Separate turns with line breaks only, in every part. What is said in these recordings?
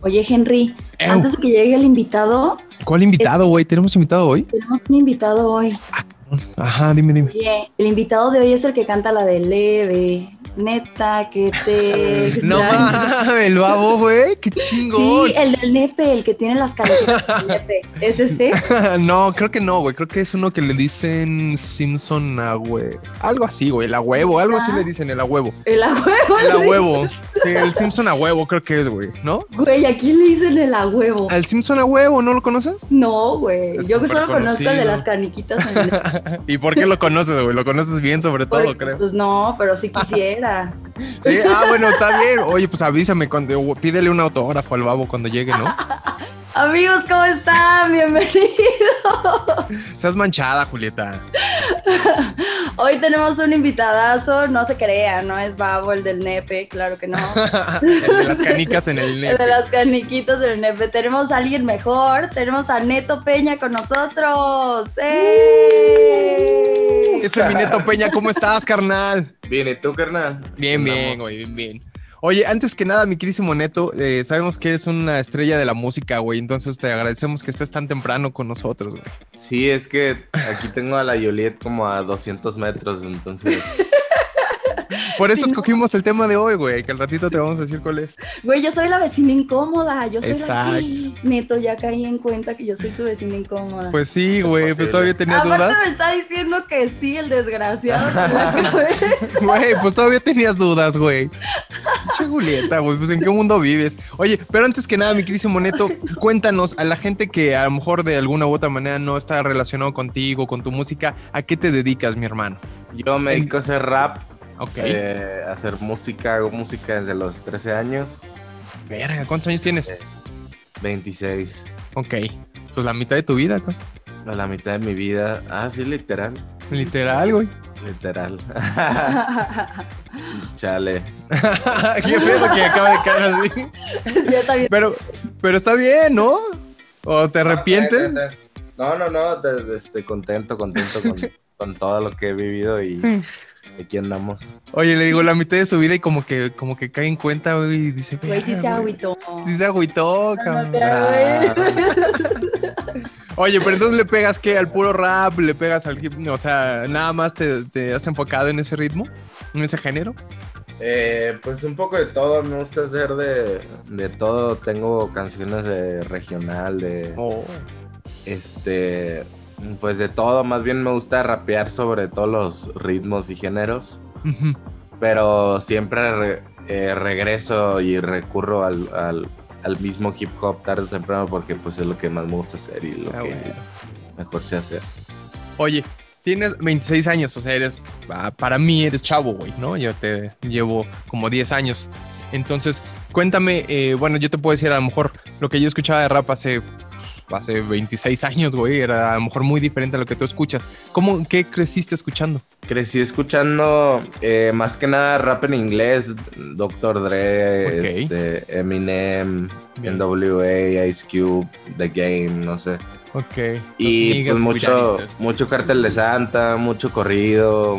Oye, Henry,
Ew.
antes de que llegue el invitado,
¿Cuál invitado, güey? ¿Tenemos invitado hoy?
tenemos un invitado hoy.
Ajá, dime, dime.
Oye, el invitado de hoy es el que canta la de leve. Neta, que te.
No
extraño.
mames, el babo, güey. Qué chingón.
Sí, el del nepe, el que tiene las caletas del nepe. ¿Es ese?
No, creo que no, güey. Creo que es uno que le dicen Simpson a güey. Algo así, güey. El a huevo, algo así
Ajá.
le dicen, el a huevo.
El a huevo.
El a
le dicen.
huevo. Sí, el Simpson a huevo, creo que es, güey. ¿No?
Güey, ¿a quién le dicen el a huevo?
¿Al Simpson a huevo no lo conoces?
No, güey.
Es
Yo
súper
solo conozco el de
conocido.
las caniquitas. en el-
¿Y por qué lo conoces, güey? Lo conoces bien, sobre todo,
Porque,
creo.
Pues no, pero sí quisiera.
Sí, ah, bueno, está bien. Oye, pues avísame cuando pídele un autógrafo al babo cuando llegue, ¿no?
Amigos, ¿cómo están? Bienvenidos.
Estás manchada, Julieta.
Hoy tenemos un invitadazo, no se crean, no es Babo el del nepe, claro que no.
Ah, El de las canicas en el
El de
nepe.
las caniquitas del nepe. Tenemos a alguien mejor, tenemos a Neto Peña con nosotros. ¡Eh!
Ese mi neto Peña, ¿cómo estás, carnal?
Bien, ¿y tú, carnal?
Bien, bien,
Andamos.
güey, bien, bien. Oye, antes que nada, mi querísimo Neto, eh, sabemos que eres una estrella de la música, güey, entonces te agradecemos que estés tan temprano con nosotros, güey.
Sí, es que aquí tengo a la Yoliet como a 200 metros, entonces.
Por eso
Sí, ¿no?
escogimos el tema de hoy, güey, que al ratito te vamos a decir cuál es.
Güey, yo soy la vecina incómoda, yo soy la...
Exacto.
Neto, ya caí en cuenta que yo soy tu vecina incómoda.
Pues sí, güey, pues
posible.
todavía tenías
Aparte
dudas.
me está diciendo que sí, el desgraciado. con la cabeza.
Güey, pues todavía tenías dudas, güey. Che, Julieta, güey, pues en qué mundo vives. Oye, pero antes que nada, mi querísimo Neto, cuéntanos a la gente que a lo mejor de alguna u otra manera no está relacionado contigo, con tu música, ¿a qué te dedicas, mi hermano?
Yo me dedico a hacer rap,
Ok.
eh, a hacer música, hago música desde los 13 años,
Verga, ¿cuántos años tienes?
26.
Ok. Pues la mitad de tu vida, güey.
A la mitad de mi vida. Ah, sí, literal.
Literal, güey.
Literal. Chale.
qué pedo que acaba de caer así.
Yo también.
Pero, pero está bien, ¿no? ¿O te arrepientes?
No, no, no. desde este, contento, contento con, con todo lo que he vivido y
Mm.
aquí andamos.
Oye, le digo la mitad de su vida y como que, como que cae en cuenta, güey, y dice,
Güey, sí se
"Verga, güey".
agüitó.
Sí se agüitó, cabrón.
pero- Ah,
Oye, pero entonces le pegas qué al puro rap, le pegas al hip, o sea, nada más te, te has enfocado en ese ritmo, en ese género.
Eh, pues un poco de todo, me gusta hacer de, de todo. Tengo canciones de regional, de
Oh,
este, pues de todo. Más bien me gusta rapear sobre todos los ritmos y géneros,
ujú.
pero siempre re- eh, regreso y recurro al, al- al mismo hip hop tarde o temprano porque pues es lo que más me gusta hacer y lo
Ah,
que
bueno.
mejor se hace.
Oye, tienes 26 años, o sea, eres, ah, para mí eres chavo, güey, ¿no? Yo te llevo como 10 años. Entonces, cuéntame, eh, bueno, yo te puedo decir a lo mejor lo que yo escuchaba de rap hace, pues, hace 26 años, güey, era a lo mejor muy diferente a lo que tú escuchas. ¿Cómo, qué creciste escuchando?
Crecí escuchando eh, más que nada rap en inglés, Dr. Dre,
Ok.
este, Eminem,
Bien.
NWA, Ice Cube, The Game, no sé.
Ok.
Y
los niggas,
pues mucho,
cuyaritos.
mucho cartel de Santa, mucho corrido,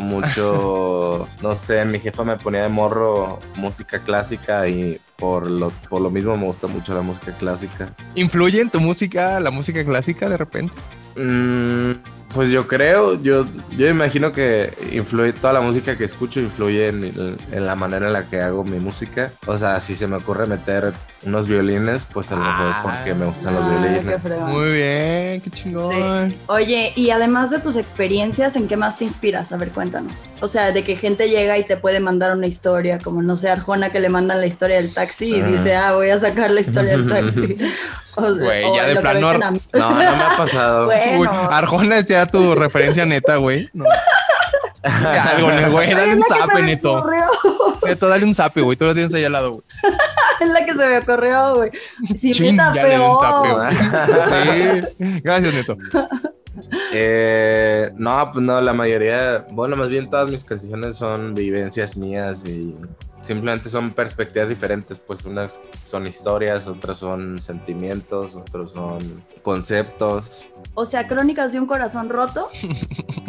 mucho, no sé, mi jefa me ponía de morro música clásica y por lo, por lo mismo me gusta mucho la música clásica.
¿Influye en tu música la música clásica de repente?
Mm, pues yo creo, yo, yo imagino que influye, toda la música que escucho influye en, en la manera en la que hago mi música. O sea, si se me ocurre meter unos violines, pues a lo mejor
Ah.
porque me gustan los
qué
violines.
fregón.
Muy bien, qué chingón.
Oye, y además de tus experiencias, ¿en qué más te inspiras? A ver, cuéntanos. O sea, de que gente llega y te puede mandar una historia, como no sé, Arjona que le mandan la historia del taxi y
Ajá.
dice, ah, voy a sacar la historia del taxi. O sea,
Güey,
o
ya de
lo que
plano-
venden a mí.
No, no me ha pasado.
Uy,
Bueno,
Arjona es ya tu referencia neta, güey. No. Algo, güey, dale
es
un
la que se
zape,
me
neto.
ocurrió,
Neto, dale un zape, güey. Tú lo tienes ahí al lado, güey.
Es la que se me ocurrió, güey. Si me
Chin, ya le di un zape,
zapeó.
güey. Sí. Gracias, Neto.
Eh, no, pues no, la mayoría, bueno, más bien todas mis canciones son vivencias mías y simplemente son perspectivas diferentes, pues unas son historias, otras son sentimientos, otros son conceptos.
O sea, Crónicas de un corazón roto.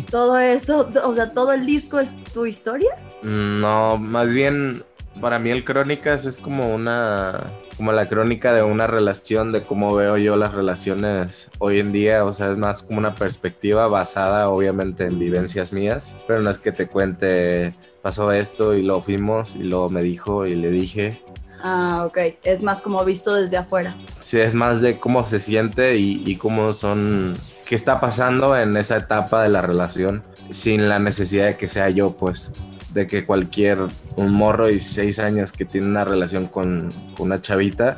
Todo eso, o sea, todo el disco es tu historia.
No, Mm, más bien Para mí el Crónicas es como una, como la crónica de una relación, de cómo veo yo las relaciones hoy en día, o sea, es más como una perspectiva basada obviamente en vivencias mías, pero en las que te cuente, pasó esto y lo fuimos y luego me dijo y le dije.
Ah, ok. Es más como visto desde afuera.
Sí, es más de cómo se siente y, y cómo son, qué está pasando en esa etapa de la relación, sin la necesidad de que sea yo, pues de que cualquier un morro de 16 años que tiene una relación con, con una chavita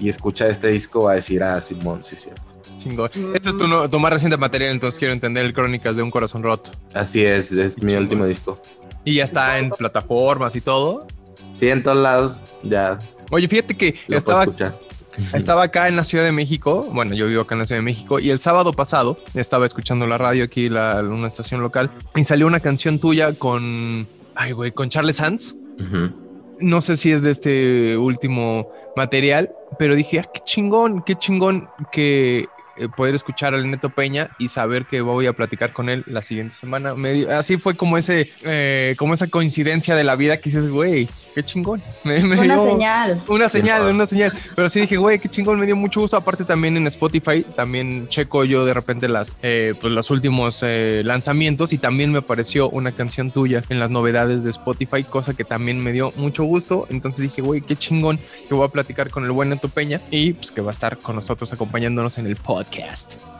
y escucha este disco va a decir, ah, Simón, sí es cierto.
Chingón. Este es tu, no- tu más reciente material, entonces quiero entender el Crónicas de un corazón roto.
Así es, es mi
Chingón.
último disco.
Y ya está en plataformas y todo.
Sí, en todos lados, ya
Oye, fíjate que
lo
estaba,
puedo escuchar.
estaba acá en la Ciudad de México. Bueno, yo vivo acá en la Ciudad de México. Y el sábado pasado estaba escuchando la radio aquí, la, una estación local. Y salió una canción tuya con. Ay, güey, con Charles Sanz.
Ujú.
no sé si es de este último material, pero dije, ah, qué chingón, qué chingón que eh, poder escuchar al Neto Peña y saber que voy a platicar con él la siguiente semana. Me di- así fue como ese, eh, como esa coincidencia de la vida que dices, güey, qué chingón. Me- me
Una
dio-
señal.
Una señal,
Simón.
una señal. Pero sí dije, güey, qué chingón, me dio mucho gusto. Aparte también en Spotify, también checo yo de repente las, eh, pues los últimos eh, lanzamientos y también me apareció una canción tuya en las novedades de Spotify, cosa que también me dio mucho gusto. Entonces dije, güey, qué chingón que voy a platicar con el buen Neto Peña y pues que va a estar con nosotros acompañándonos en el podcast.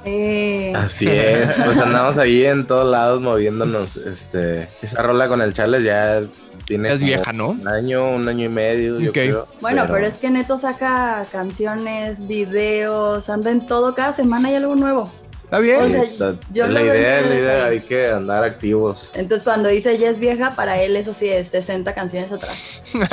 Eh,
Así es, pues andamos ahí en todos lados moviéndonos. Este, esa rola con el Charles ya tiene
Es
como
vieja, ¿no?
un año, un año y medio, yo
Ok.
creo.
Bueno, pero... es que Neto saca canciones, videos, anda en todo, cada semana hay algo nuevo.
Está bien.
o sea,
la-
yo
la
lo veo
idea, la
interesante.
idea, hay que andar activos.
Entonces cuando dice ya es vieja, para él eso sí es 60 canciones atrás.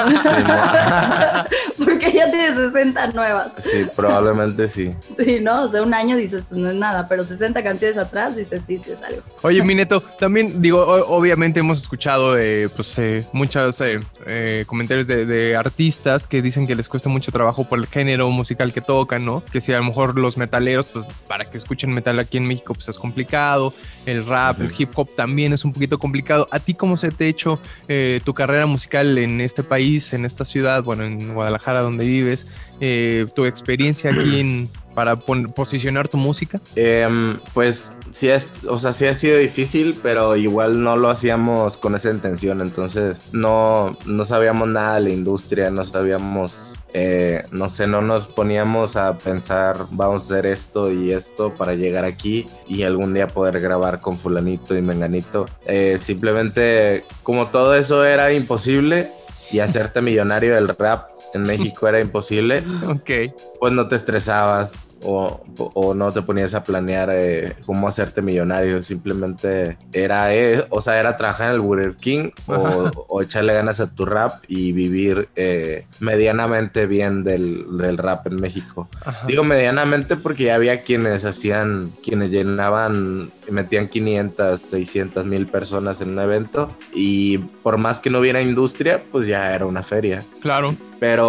Porque ella tiene 60 nuevas.
Sí, probablemente sí.
Sí, ¿no? O sea, un año dices, pues no es nada, pero 60 canciones atrás dices, sí, sí es algo.
Oye, mi neto, también digo, o- obviamente hemos escuchado eh, pues, eh, muchos eh, eh, comentarios de, de artistas que dicen que les cuesta mucho trabajo por el género musical que tocan, ¿no? Que si a lo mejor los metaleros, pues para que escuchen metal aquí en México, pues es complicado. El rap, el hip hop también es un poquito complicado. ¿A ti cómo se te ha hecho eh, tu carrera musical en este país, en esta ciudad, bueno, en Guadalajara donde vives? Eh, tu experiencia aquí en, para pon- posicionar tu música.
Em, pues sí es, o sea, sí ha sido difícil, pero igual no lo hacíamos con esa intención, entonces no, no sabíamos nada de la industria, no sabíamos, eh, no sé, no nos poníamos a pensar, vamos a hacer esto y esto para llegar aquí y algún día poder grabar con fulanito y menganito. Eh, simplemente, como todo eso era imposible y hacerte millonario del rap en México era imposible,
Ok.
pues no te estresabas o, o no te ponías a planear eh, cómo hacerte millonario. Simplemente era, eh, o sea, era trabajar en el Burger King o, o echarle ganas a tu rap y vivir eh, medianamente bien del, del rap en México.
Ajá.
Digo medianamente porque ya había quienes hacían, quienes llenaban, metían 500, 600 mil personas en un evento y por más que no hubiera industria, pues ya era una feria.
Claro.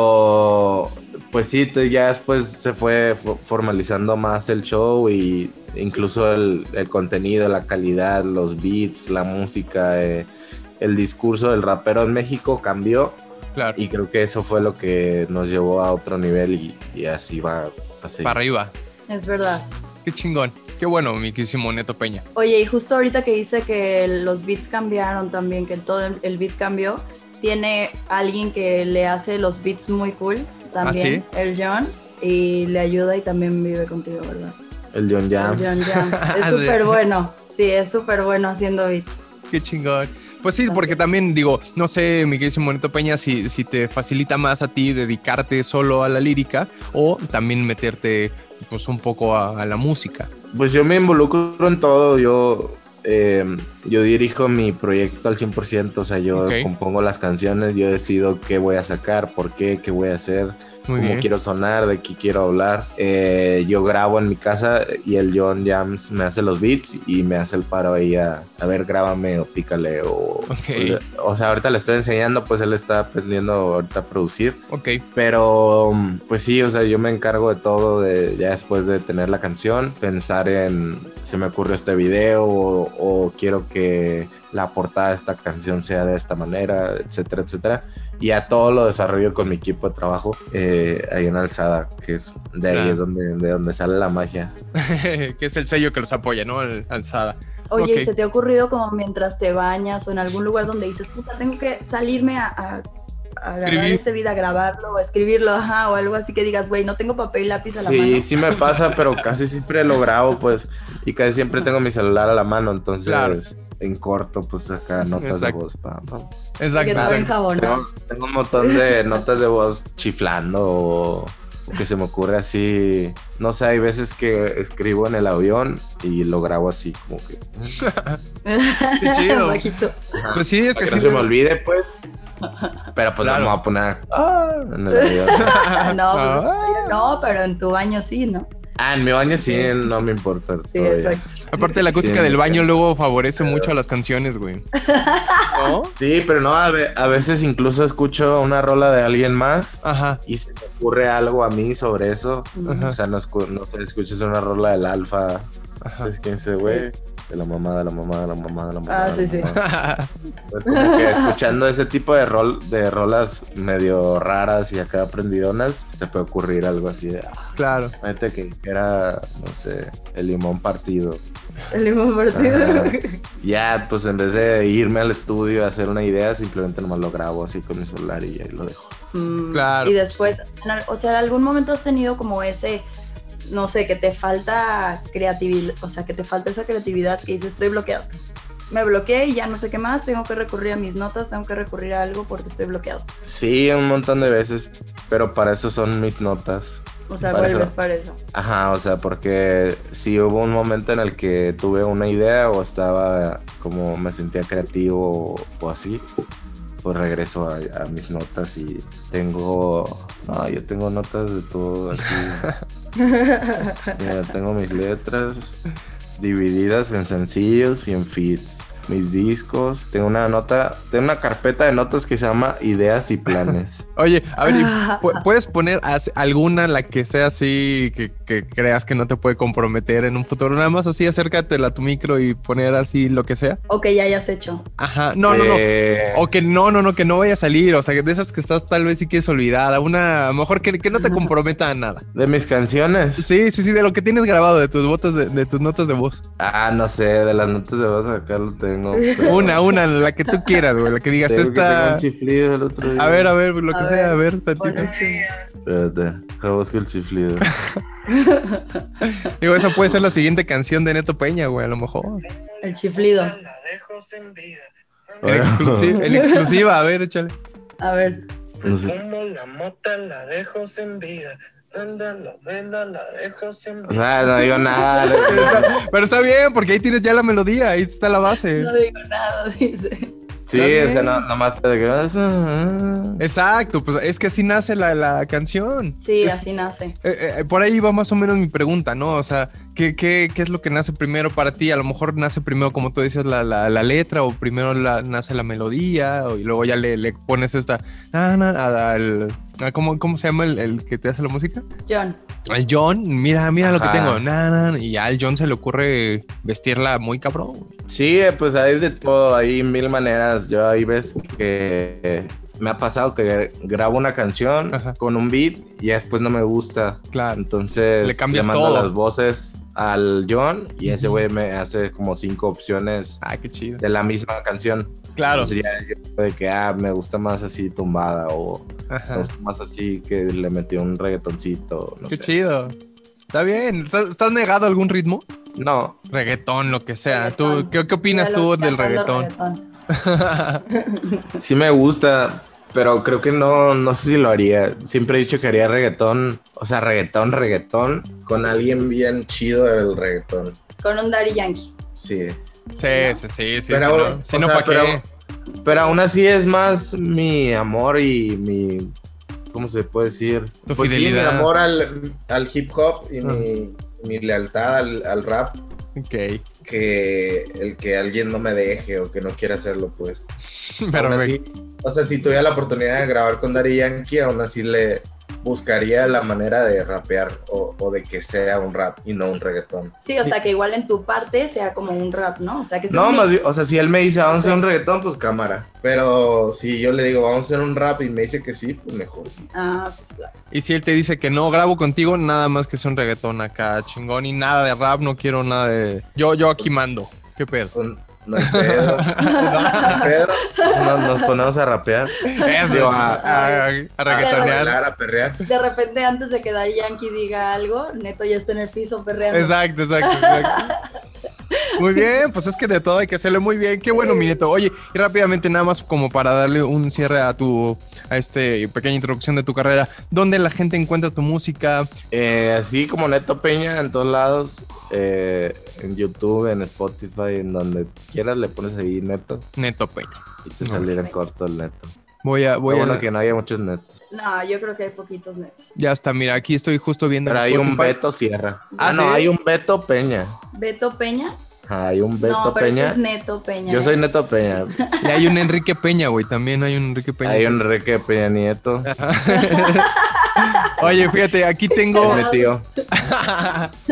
Pero, pues sí, te- ya después se fue fo- formalizando más el show y incluso el, el contenido, la calidad, los beats, la música, eh, el discurso del rapero en México cambió
Claro,
y creo que eso fue lo que nos llevó a otro nivel y, y así va a seguir.
para arriba.
Es verdad.
Qué chingón. Qué bueno, mi querísimo Neto Peña.
Oye, y justo ahorita que dice que los beats cambiaron también, que todo el- el beat cambió, tiene alguien que le hace los beats muy cool también, el John, y le ayuda y también vive contigo, ¿verdad?
El John Jam.
El John Jams. Es
Sí.
súper bueno, sí, es súper bueno haciendo beats.
Qué chingón. Pues sí, porque también digo, no sé, mi querísimo Neto Peña, si, si te facilita más a ti dedicarte solo a la lírica o también meterte pues un poco a, a la música.
Pues yo me involucro en todo, yo, eh, yo dirijo mi proyecto al 100%, o sea, yo
Ok.
compongo las canciones, yo decido qué voy a sacar, por qué, qué voy a hacer,
Muy
cómo
bien.
quiero sonar, de qué quiero hablar. Eh, yo grabo en mi casa y el John Jams me hace los beats y me hace el paro ahí a, a ver, grábame o pícale o...
Ok.
O sea, ahorita le estoy enseñando, pues él está aprendiendo ahorita a producir.
Ok,
Pero, mm, pues sí, o sea, yo me encargo de todo, de, ya después de tener la canción, pensar en, se me ocurrió este video o, o quiero que la portada de esta canción sea de esta manera, etcétera, etcétera. y a todo lo desarrollo con mi equipo de trabajo eh, ahí en Alzada, que es de ahí
Claro.
es donde, de donde sale la magia.
que es el sello que los apoya, ¿no? El alzada.
Oye,
Ok.
¿y ¿se te ha ocurrido como mientras te bañas o en algún lugar donde dices, puta, tengo que salirme a, a- a agarrar
Escribir.
este vida, grabarlo o escribirlo, ajá, o algo así que digas, güey, no tengo papel y lápiz a la mano?
Sí, sí me pasa, pero casi siempre lo grabo, pues, y casi siempre tengo mi celular a la mano, entonces
Claro.
en corto, pues acá notas
Exacto.
de voz. pa, pa.
Que te
Exacto.
ven
exacto.
jabón.
Tengo, tengo un montón de notas de voz chiflando o, o que se me ocurre así. No sé, hay veces que escribo en el avión y lo grabo así, como que.
Qué chido.
Bajito.
Ajá.
Pues sí, es que
Para que
sí.
no se me olvide, pues. Pero pues
Claro.
no me voy a poner. "Ah", en el avión.
Ah, no, pues,
Ah.
no, pero en tu baño sí, ¿no?
Ah, en mi baño sí, no me importa.
Oh,
Sí,
todavía.
exacto.
Aparte, la acústica
Sí,
del baño
claro.
luego favorece mucho a las canciones, güey. ¿No?
Sí, pero no, a, ve- a veces incluso escucho una rola de alguien más
Ajá.
y se me ocurre algo a mí sobre eso.
Ajá.
Mm.
O sea, no, escu- no sé, escuchas una rola del alfa
Ajá.
Entonces, ¿quién es ese güey? De la mamá, de la mamá, de la mamá, de la mamá.
Ah,
de
sí,
la
sí.
mamá. Entonces, como que escuchando ese tipo de rol, de rolas medio raras y acá aprendidonas, te puede ocurrir algo así de, ah,
claro.
fíjate que era, no sé, el limón partido.
El mismo partido.
Ya, pues en vez de irme al estudio a hacer una idea, simplemente nomás lo grabo así con mi celular y ahí lo dejo.
Mm,
Claro,
Y
pues
después, en al- o sea, en algún momento has tenido como ese, no sé, que te falta creatividad, o sea, que te falta esa creatividad que dices, estoy bloqueado. Me bloqueé y ya no sé qué más, tengo que recurrir a mis notas, tengo que recurrir a algo porque estoy bloqueado.
Sí, un montón de veces, pero para eso son mis notas.
O sea,
Para eso.
vuelves para eso.
Ajá, o sea, porque sí hubo un momento en el que tuve una idea o estaba como me sentía creativo o, o así, pues regreso a, a mis notas y tengo, no, yo tengo notas de todo aquí. Mira, tengo mis letras divididas en sencillos y en feeds, mis discos, tengo una nota, tengo una carpeta de notas que se llama ideas y planes.
Oye, a ver, ¿y pu- ¿puedes poner as- alguna la que sea así, que, que creas que no te puede comprometer en un futuro? Nada más así, acércatela a tu micro y poner así lo que sea.
ok, ya hayas hecho.
Ajá. No, no, no.
Eh,
O que no, no, no, que no vaya a salir. O sea, que de esas que estás tal vez sí quieres olvidada. Una, a lo mejor que, que no te comprometa a nada.
De mis canciones.
Sí, sí, sí, de lo que tienes grabado, de tus botas, de, de tus notas de voz.
Ah, no sé, de las notas de voz acá lo tengo. pero-
Una, una, la que tú quieras, güey. La que digas
Tengo que
esta.
tengo un chiflido el otro día.
A ver, a ver, lo
A
que
ver,
sea, a ver, tantito.
Ponle-
Espérate, deja busco el chiflido.
Digo, esa puede ser la siguiente canción de Neto Peña, güey, a lo mejor.
El chiflido.
La dejo sin vida.
En, exclusi- en exclusiva, a ver, échale.
A ver,
No sé.
Como la mota la dejo sin vida. Anda la vela la dejo sin
O
vida.
sea, no digo nada.
Pero está bien, porque ahí tienes ya la melodía, ahí está la base.
no digo nada, dice.
Sí, o sea, no, nomás te "Ah, digo.
Exacto, pues es que así nace la, la canción.
Sí,
Es-
así nace.
eh, eh, por ahí va más o menos mi pregunta, ¿no? O sea, ¿qué, qué, qué es lo que nace primero para ti? A lo mejor nace primero, como tú decías, la, la- la letra, o primero la- nace la melodía, o- y luego ya le, le pones esta. na, na, na, al- a- ¿cómo, ¿Cómo se llama el, el que te hace la música?
John,
Al John, mira, mira lo que
Ajá.
tengo. na, na, na, y ya al John se le ocurre vestirla muy cabrón.
Sí, eh, pues hay de todo, hay mil maneras. Yo hay veces que me ha pasado que grabo una canción
Ajá.
con un beat y después no me gusta.
Claro.
Entonces
Le cambias
mando
todo.
las voces al John y ese
Ujú.
güey me hace como cinco opciones
Ah, qué chido.
de la misma canción.
Claro.
Entonces ya yo de que, ah, me gusta más así tumbada o me
Ajá.
gusta más así que le metió un reggaetoncito, no
Ah. Qué
sé.
chido. Está bien. ¿Estás, estás negado a algún ritmo?
No,
Reggaetón, lo que sea.
Reggaetón.
¿Tú, qué, qué opinas
Ya lo
tú
está
del
dando
reggaetón?
sí me gusta, pero creo que no, no sé si lo haría. Siempre he dicho que haría reggaetón, o sea, reggaetón, reggaetón, con alguien bien chido del reggaetón.
Con un Daddy Yankee.
Sí.
Sí, sí, sí, sí.
Pero,
sí,
o
no, Sí, no,
sea,
¿pa' qué?
pero- Pero aún así es más mi amor y mi. ¿Cómo se puede decir?
Tu
pues sí,
fidelidad. Ah.
mi amor al, al hip hop y
Ajá.
mi, mi lealtad al, al rap
Ok.
que el que alguien no me deje o que no quiera hacerlo, pues.
Pero
Aún
me-
así, o sea, si tuviera la oportunidad de grabar con Daddy Yankee, aún así le, buscaría la manera de rapear o, o, de que sea un rap y no un reggaetón.
Sí, o sea, que igual en tu parte sea como un rap, ¿no? O sea, que sea
No,
un
más bien, o sea, si él me dice vamos a hacer un reggaetón, pues cámara. Pero si yo le digo vamos a hacer un rap y me dice que sí, pues mejor.
Ah, pues claro.
Y si él te dice que no grabo contigo, nada más que sea un reggaetón acá, chingón, y nada de rap, no quiero nada de. Yo, yo aquí mando. ¿Qué pedo?
Un- Pues, no hay pedo. No hay pedo. Nos, nos ponemos a rapear.
Eso, a, a- a
A
reggaetonear.
bailar, a perrear.
De repente, antes de que Daddy Yankee diga algo, Neto ya está en el piso perreando.
Exacto, exacto, exacto. Muy bien, pues es que de todo hay que hacerle muy bien. Qué bueno, mi neto. Oye, y rápidamente nada más como para darle un cierre a tu a este pequeña introducción de tu carrera, ¿dónde la gente encuentra tu música?
Eh, así como Neto Peña en todos lados, eh, en YouTube, en Spotify, en donde quieras le pones ahí Neto
Neto Peña.
y te
No.
saliera en corto el Neto.
Voy a voy
Lo
a
bueno que no haya muchos Netos.
No, yo creo que hay poquitos netos.
ya está, mira, aquí estoy justo viendo
Pero
en
hay un
Spotify.
Beto Sierra.
Ah,
Ah,
¿sí?
no, hay un Beto Peña.
¿Beto Peña?
Ah, Hay un Beto
no, pero este
Peña.
es Neto Peña.
Yo
¿eh?
soy Neto Peña.
Y hay un Enrique Peña, güey, también hay un Enrique Peña. Ah.
Hay un Enrique Peña Nieto.
Oye, fíjate, aquí tengo
Es mi tío.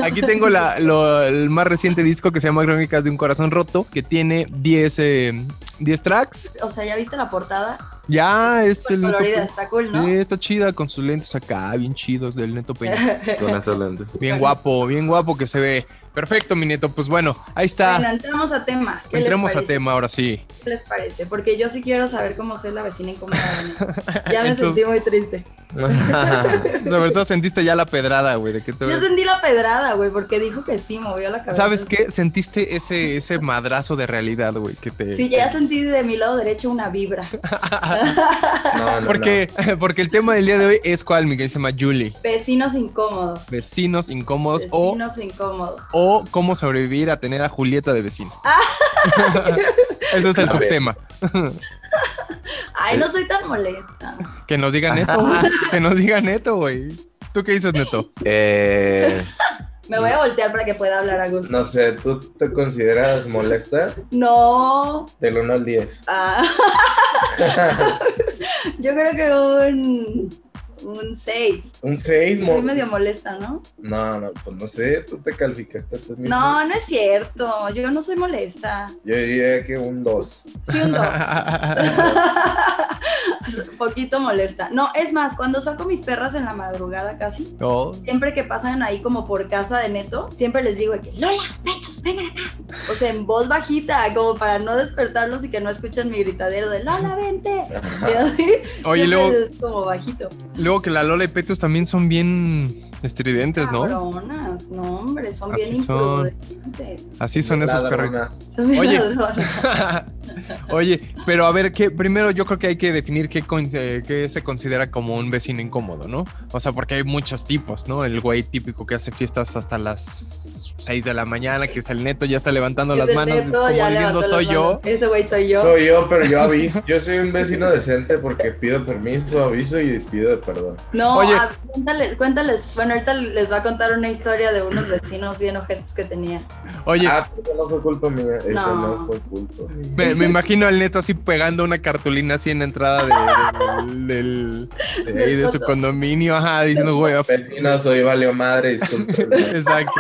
Aquí tengo la- lo- el más reciente disco que se llama Crónicas de un Corazón Roto, que tiene 10, eh, 10 tracks.
O sea, ¿ya viste la portada?
Ya es
Súper
el Neto
colorida,
Peña.
está cool, ¿no?
Sí, está chida con sus lentes acá, bien chidos del Neto Peña.
Con estos lentes.
Bien guapo, bien guapo que se ve. Perfecto, mi neto. Pues bueno, ahí
Bueno,
está.
entramos a tema. ¿Qué
Entremos
les
a
parece?
tema ahora sí.
¿Qué les parece? Porque yo sí quiero saber cómo soy la vecina incómoda. de Neto. Ya me
Entonces-
sentí muy triste.
Sobre todo sentiste ya la pedrada, güey, de que te-
Yo sentí la pedrada, güey, porque dijo que sí, movió la cabeza.
¿Sabes qué? Sentiste ese, ese madrazo de realidad, güey, que te...
Sí, ya sentí de mi lado derecho una vibra.
No, no,
Porque, porque el tema del día de hoy es cuál, Miguel, se llama Julie.
Vecinos incómodos.
Vecinos oh. incómodos o
Vecinos incómodos.
o cómo sobrevivir a tener a Julieta de vecino.
Ah.
Ese es el
A ver.
subtema.
Ay, no soy tan molesta.
Que nos diga Neto, güey. Que nos diga Neto, güey. ¿Tú qué dices, Neto?
no. Eh,
Me voy a voltear para que pueda hablar a gusto.
no sé, ¿tú te consideras molesta?
No.
Del 1 al 10.
Ah. Yo creo que un. Un 6.
Un 6,
Soy medio molesta, ¿no?
No, no, pues no sé, tú te calificaste tú mismo.
No, no es cierto. Yo no soy molesta.
Yo diría que un 2.
Sí, un dos. Poquito molesta. No, es más, cuando saco mis perras en la madrugada casi,
No.
siempre que pasan ahí como por casa de Neto, siempre les digo de que Lola, Netos, vengan acá. O sea, en voz bajita, como para no despertarlos y que no escuchen mi gritadero de Lola, vente. Y así, siempre
Oye, luego,
Es como bajito.
luego que la Lola y Petus también son bien estridentes, ¿no?
Cabronas, no, hombre, son bien
Así son.
imprudentes.
Así son esos perros.
Son bien
Oye.
ladronas.
Oye, pero a ver, que primero yo creo que hay que definir qué, con- eh, qué se considera como un vecino incómodo, ¿no? O sea, porque hay muchos tipos, ¿no? El güey típico que hace fiestas hasta las 6 de la mañana, que es el neto, ya está levantando las
Ese
manos,
Neto
como
ya levantó
diciendo
las
soy yo.
manos. Ese güey soy yo.
Soy yo, pero yo aviso. Yo soy un vecino decente porque pido permiso, aviso y pido perdón.
No,
Oye.
ah, cuéntales, cuéntales. Bueno, ahorita les va a contar una historia de unos vecinos bien ojetes que tenía.
Oye,
Ah, pero no fue culpa mía. Eso
No.
no, fue culpa. mía.
me, me imagino al neto así pegando una cartulina así en la entrada de, del- del- de ahí de su condominio, ajá, diciendo, güey, af-
Vecino, soy valio madre, disculpe.
exacto.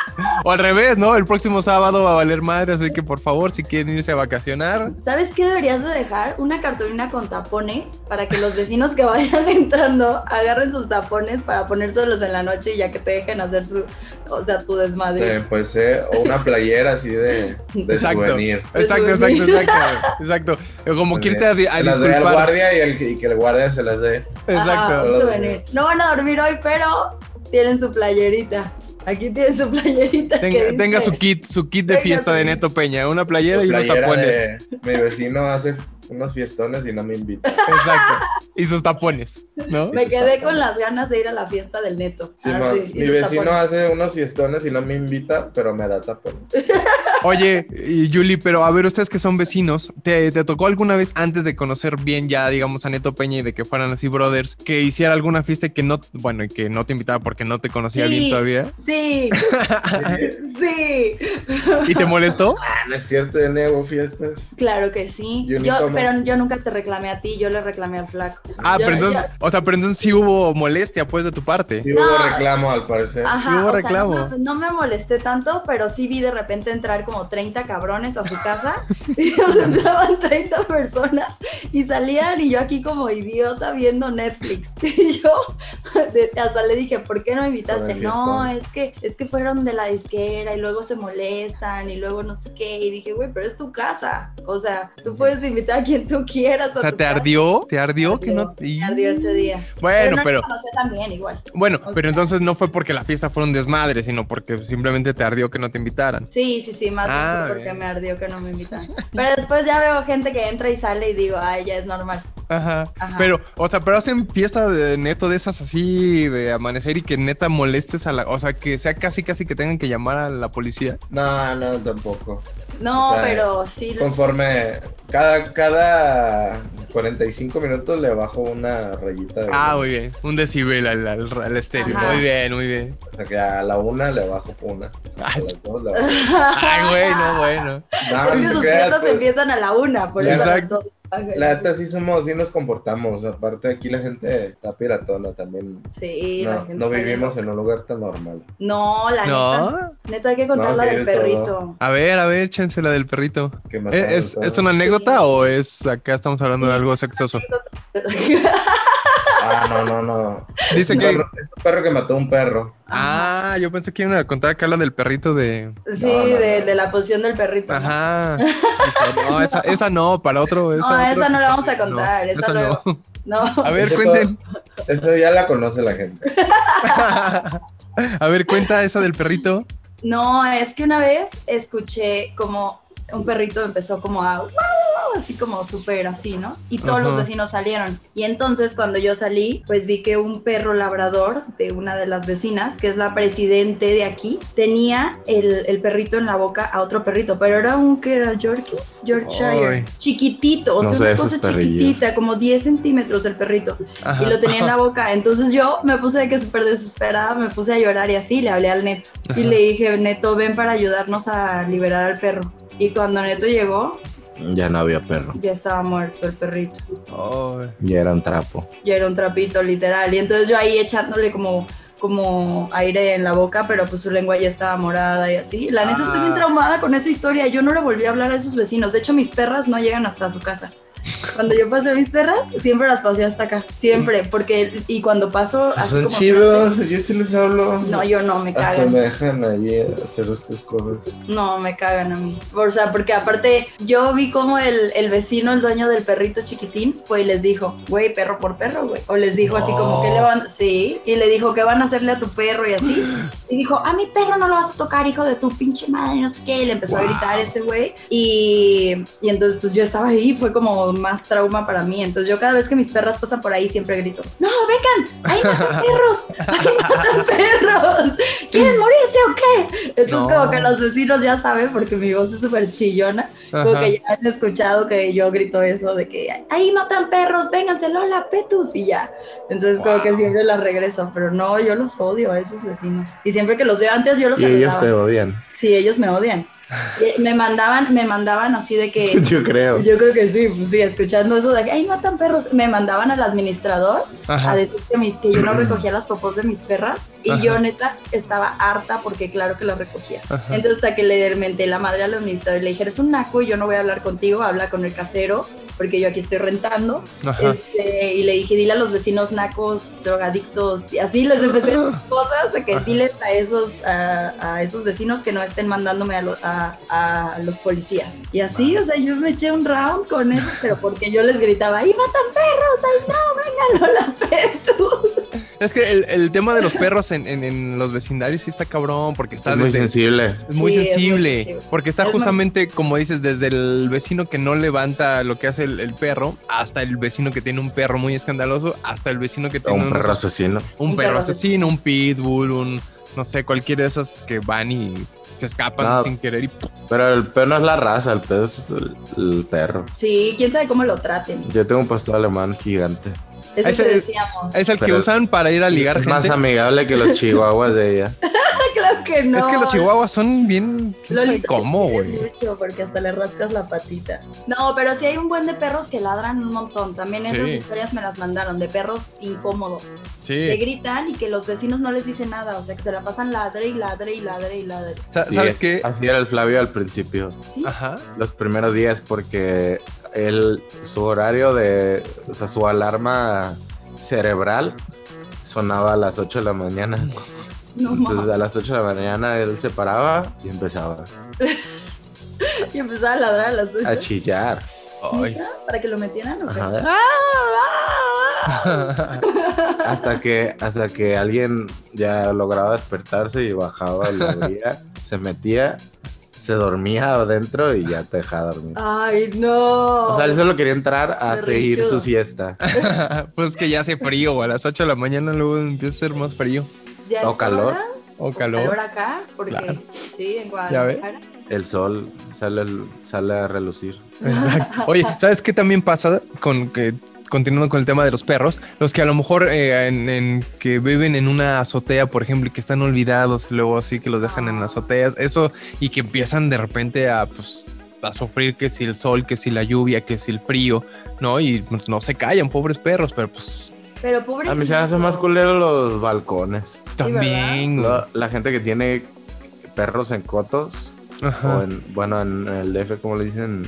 O al revés, ¿no? El próximo sábado va a valer madre, así que por favor, si quieren irse a vacacionar,
¿Sabes qué deberías de dejar? Una cartulina con tapones para que los vecinos que vayan entrando agarren sus tapones para ponérselos en la noche y ya que te dejen hacer su, o sea, tu desmadre.
pues, eh, o una playera así de, de
Exacto.
souvenir.
Exacto,
Eso
exacto,
sí.
exacto, exacto. Como
Pues,
irte a, di- a
Se las dé al
Ah, disculpar.
guardia y, el, y que el guardia se las dé.
Ajá, un
Exacto.
souvenir. No van a dormir hoy, pero tienen su playerita. Aquí tienen su playerita. que
Tenga,
dice-
tenga su kit, su kit de
Tenga
fiesta
su
de
kit.
Neto Peña, una playera y unos
Playera
tapones.
de, Mi vecino hace unos fiestones y no me invita.
Exacto. Y sus tapones, ¿no?
Me quedé con las ganas de ir a la fiesta del neto.
Sí,
Ah,
ma,
sí, y
mi
sus
vecino
tapones.
hace unos fiestones y no me invita, pero me da tapón.
Oye, y Yuli, pero a ver, ustedes que son vecinos, ¿te, ¿te, tocó alguna vez antes de conocer bien ya, digamos, a Neto Peña y de que fueran así brothers, que hiciera alguna fiesta que no, bueno, y que no te invitaba porque no te conocía
Sí,
bien todavía?
Sí, sí,
¿Y te molestó?
Ah, no es cierto, yo no hago fiestas.
claro que sí.
Yo ni
Yo,
como.
pero yo nunca te reclamé a ti, yo le reclamé al flaco.
Ah,
Yo-
pero entonces,
yo-
o sea, pero entonces sí hubo molestia, pues, de tu parte.
Sí hubo
No. Ah.
reclamo, al parecer.
Ajá,
hubo
o sea,
reclamo.
no, me- no me molesté tanto, pero sí vi de repente entrar como 30 cabrones a su casa y o sea, entraban 30 personas y salían y yo aquí como idiota viendo Netflix. Y yo de- hasta le dije, ¿por qué no me invitaste?
Con el
No,
fiestón.
es que, es que fueron de la disquera y luego se molestan y luego no sé qué. Y dije, güey, pero es tu casa. O sea, tú puedes invitar a quien tú quieras. a
O sea,
tu
¿te
casa.
ardió? ¿Te ardió que no? Mm.
Me ardió ese día.
Bueno, pero,
No sé también, igual.
bueno,
o
pero
sea-
entonces no fue porque la fiesta fue un desmadre, sino porque simplemente te ardió que no te invitaran.
Sí, sí, sí, más
Ah,
bien fue porque
bien.
me ardió que no me invitan. Pero después ya veo gente que entra y sale y digo, ay, ya es normal.
Ajá.
Ajá.
Pero, o sea, pero hacen fiesta de neto de esas así de amanecer y que neta molestes a la, o sea, que sea casi casi que tengan que llamar a la policía.
No, no, tampoco.
No,
o sea,
pero sí,
Conforme cada, cada 45 minutos le bajo una rayita. de-
Ah, muy bien. Un decibel al, al, al estéreo.
Ajá.
Muy bien, muy bien.
O sea que a la una le bajo una. A
Ay,
las dos le bajo.
ay, güey, no, bueno.
No,
es que
no te
sus
creas,
fiestas
pues,
empiezan a la una, por eso a las
Exacto.
dos. Ajá,
La
sí.
neta sí somos, sí nos comportamos. Aparte aquí la gente está piratona también.
Sí, la
No,
gente
no
está bien.
vivimos en un lugar tan normal.
No, la neta.
No.
Neta, hay que contar
No,
la
que
del
de todo.
perrito.
A ver, a ver, chense la del perrito.
Que me
¿Eh, ¿Es,
acuerdo.
es una anécdota o es acá estamos hablando de algo sexoso?
Ah, no, no, no.
Dice
Un
que.
perro, es un perro que mató a un perro.
Ajá.
Ah, yo pensé que iban a contar acá la del perrito de.
sí,
No, no,
de,
no.
de la posición del perrito. ¿no?
Ajá. Dije, No, esa, esa no, para otro. Esa
No,
otro
esa no la vamos a
episodio.
contar, esa luego.
no.
No.
A ver,
Ese
cuenten.
Eso ya la conoce la gente.
a ver, cuenta esa del perrito.
No, es que una vez escuché como un perrito empezó como a "Guau, guau", así como súper así, ¿no? Y todos los
Ajá.
vecinos salieron. Y entonces cuando yo salí, pues vi que un perro labrador de una de las vecinas, que es la presidente de aquí, tenía el, el perrito en la boca a otro perrito, pero era un que era Yorkie, Yorkshire,
Ay.
chiquitito, o
No
sea,
sé,
una
esos
cosa
perrillos.
chiquitita, como 10 centímetros el perrito
Ajá.
y lo tenía en la boca. Entonces yo me puse de que súper desesperada, me puse a llorar y así le hablé al neto.
Ajá.
Y le dije, neto, ven para ayudarnos a liberar al perro. Y cuando neto llegó,
Ya no había perro.
ya estaba muerto el perrito.
Ay.
Ya era un trapo.
Ya era un trapito, literal. Y entonces yo ahí echándole como como aire en la boca, pero pues su lengua ya estaba morada y así. La neta estoy bien
Ah.
traumada con esa historia. Yo no le volví a hablar a esos vecinos. De hecho, mis perras no llegan hasta su casa. Cuando yo pasé mis perras, siempre las pasé hasta acá. Siempre. Porque, y cuando paso...
Pues
así
Son
como-
chidos, yo sí les hablo.
No, yo no, me
Hasta
cagan.
me dejan allí hacer estas cosas.
No, me cagan a mí. O sea, porque aparte yo vi como el, el vecino, el dueño del perrito chiquitín, fue y les dijo, güey, perro por perro, güey. O les dijo así como que le van, sí, y le dijo, ¿qué van a hacerle a tu perro? Y así. Y dijo, a mi perro no lo vas a tocar, hijo de tu pinche madre, no sé qué. Y le empezó a gritar ese güey. Y, y entonces pues yo estaba ahí, fue como más trauma para mí. Entonces yo cada vez que mis perras pasan por ahí siempre grito, no, vengan, ahí matan perros, ahí matan perros. ¿Quieren morirse o qué? Entonces
No.
como que los vecinos ya saben porque mi voz es súper chillona. Como
Ajá.
que ya han escuchado que yo grito eso de que ahí matan perros, vénganse Lola, Petus y ya. Entonces como que siempre las regreso, pero no, yo los odio a esos vecinos. Y siempre que los veo antes yo los
Y ellos te
saludaba.
odian.
Sí, ellos me odian. Y me mandaban, me mandaban así de que
Yo creo.
yo creo que sí, pues sí, escuchando eso de que ahí matan perros, me mandaban al administrador a
Ajá.
decir que, mis, que yo no recogía las popos de mis perras y
Ajá.
yo neta estaba harta porque claro que las recogía.
Ajá.
Entonces hasta que le menté la madre al administrador y le dije, eres un naco y yo no voy a hablar contigo, habla con el casero porque yo aquí estoy rentando.
Ajá.
Este, y le dije, dile a los vecinos nacos, drogadictos y así les empecé a decir cosas, de que
Ajá.
diles a esos, a, a esos vecinos que no estén mandándome a, lo- a- a los policías. Y así, o sea, yo me eché un round con eso, pero porque yo les gritaba, ¡ahí matan perros! ¡Ay no, vengan, la petus!
Es que el, el tema de los perros en, en- en los vecindarios sí está cabrón, porque está
Es muy
desde-
sensible.
Es muy
Sí, es muy
sensible,
sensible.
porque está
Es muy-
justamente, como dices, desde el vecino que no levanta lo que hace el, el perro, hasta el vecino que tiene un perro muy escandaloso, hasta el vecino que tiene
Un
unos-
perro asesino.
un
Un
perro
perro
asesino, un pitbull, un, no sé, cualquiera de esas que van y se escapan
No.
sin querer y ¡pum!
Pero el peor no es la raza, el peor es el, el perro.
Sí, quién sabe cómo lo traten.
Yo tengo un pastor alemán gigante.
Es lo
Ese-
que decíamos.
es el que
Pero-
usan para ir a ligar
es
gente.
más amigable que los chihuahuas de ella.
claro que no.
Es que los chihuahuas son bien. ¿quién sabe
Lolita
cómo,
te quiere
güey?
mucho porque hasta le rascas la patita. No, pero sí hay un buen de perros que ladran un montón. También esas
Sí.
historias me las mandaron, de perros incómodos. Que
Sí.
gritan y que los vecinos no les dicen nada. O sea, que se la pasan ladre y ladre y ladre y ladre.
Sa-
Sí,
¿Sabes
es-
qué?
Así era el Flavio al principio,
¿Sí?
Ajá.
los primeros días, porque él, su horario de, o sea, su alarma cerebral sonaba a las 8 de la mañana.
No mames.
Entonces a las 8 de la mañana él se paraba y empezaba ah,
Y empezaba a ladrar a las
a
ocho.
chillar.
Ay.
Para que lo metieran o qué?
ah,
Ah,
Ajá. Hasta que, hasta que alguien ya lograba despertarse y bajaba, lo abría, se metía, se dormía adentro y ya te dejaba dormir.
ah. Ay, no.
O sea, él solo quería entrar a
Berrinchudo.
seguir su siesta.
pues que ya hace frío, güey. A las 8 de la mañana luego empieza a ser más frío
¿Ya es
o calor,
hora?
o
¿O calor.
calor.
acá, porque
Claro.
sí, en
Ya ve.
Guadalajara.
El sol sale, al- sale a relucir.
Exacto. Oye, ¿sabes qué también pasa con que continuando con el tema de los perros, los que a lo mejor eh, en, en- que viven en una azotea, por ejemplo, y que están olvidados, luego así que los dejan en azoteas, eso y que empiezan de repente a pues a sufrir que si el sol, que si la lluvia, que si el frío, ¿no? Y pues, no se callan, pobres perros, pero pues
Pero pobre.
A mí se Ah, me hace más culero los balcones.
también. güey.
La, la gente que tiene perros en cotos,
Ajá.
o en, bueno, en el DF, como le dicen,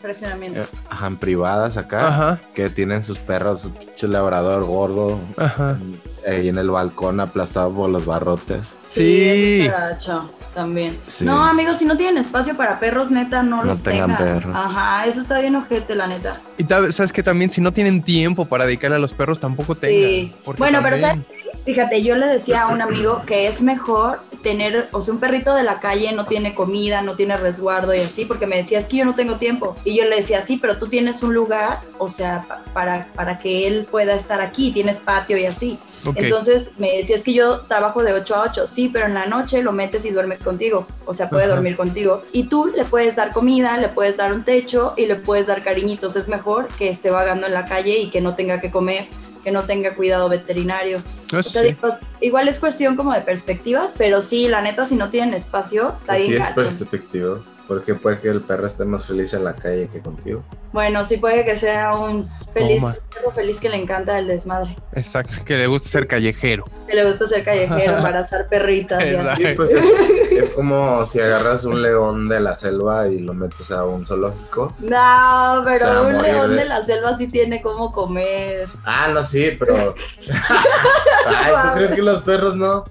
Fraccionamiento.
Eh, ajá, en privadas acá,
Ajá.
que tienen sus perros, su pinche labrador gordo,
Ajá.
ahí en el balcón aplastado por los barrotes.
eso
Sí.
es gacho, también.
Sí.
No, amigos, si no tienen espacio para perros, neta, no,
No
los
tengan
tengan.
perros.
Ajá, eso está bien ojete, la neta.
Y tab- sabes que también si no tienen tiempo para dedicar a los perros tampoco tengan.
Sí.
porque
Bueno, pero
también-
Fíjate, yo le decía a un amigo que es mejor tener, o sea, un perrito de la calle no tiene comida, no tiene resguardo y así, porque me decía, es que yo no tengo tiempo. Y yo le decía, sí, pero tú tienes un lugar, o sea, pa- para, para que él pueda estar aquí, tienes patio y así.
Ok.
Entonces me decía, es que yo trabajo de 8 a 8, sí, pero en la noche lo metes y duerme contigo, o sea, puede
Ajá.
dormir contigo. Y tú le puedes dar comida, le puedes dar un techo y le puedes dar cariñitos. Es mejor que esté vagando en la calle y que no tenga que comer, que no tenga cuidado veterinario.
No,
O sea,
Ah, sí.
digo, igual es cuestión como de perspectivas, pero sí, la neta, si no tienen espacio, está
Pues
bien
sí es
gacho.
perspectivo, porque puede que el perro esté más feliz en la calle que contigo.
Bueno, sí puede que sea un feliz,
Toma.
un perro feliz que le encanta el desmadre,
Exacto, que le gusta ser callejero.
que le gusta ser callejero, embarazar perritas y así.
Exacto.
Sí, pues es, es como si agarras un león de la selva y lo metes a un zoológico.
No, pero
O sea,
un
morir
león
de-
de la selva sí tiene cómo comer.
Ah, no, sí, pero. Ay, ¿tú crees que los perros no?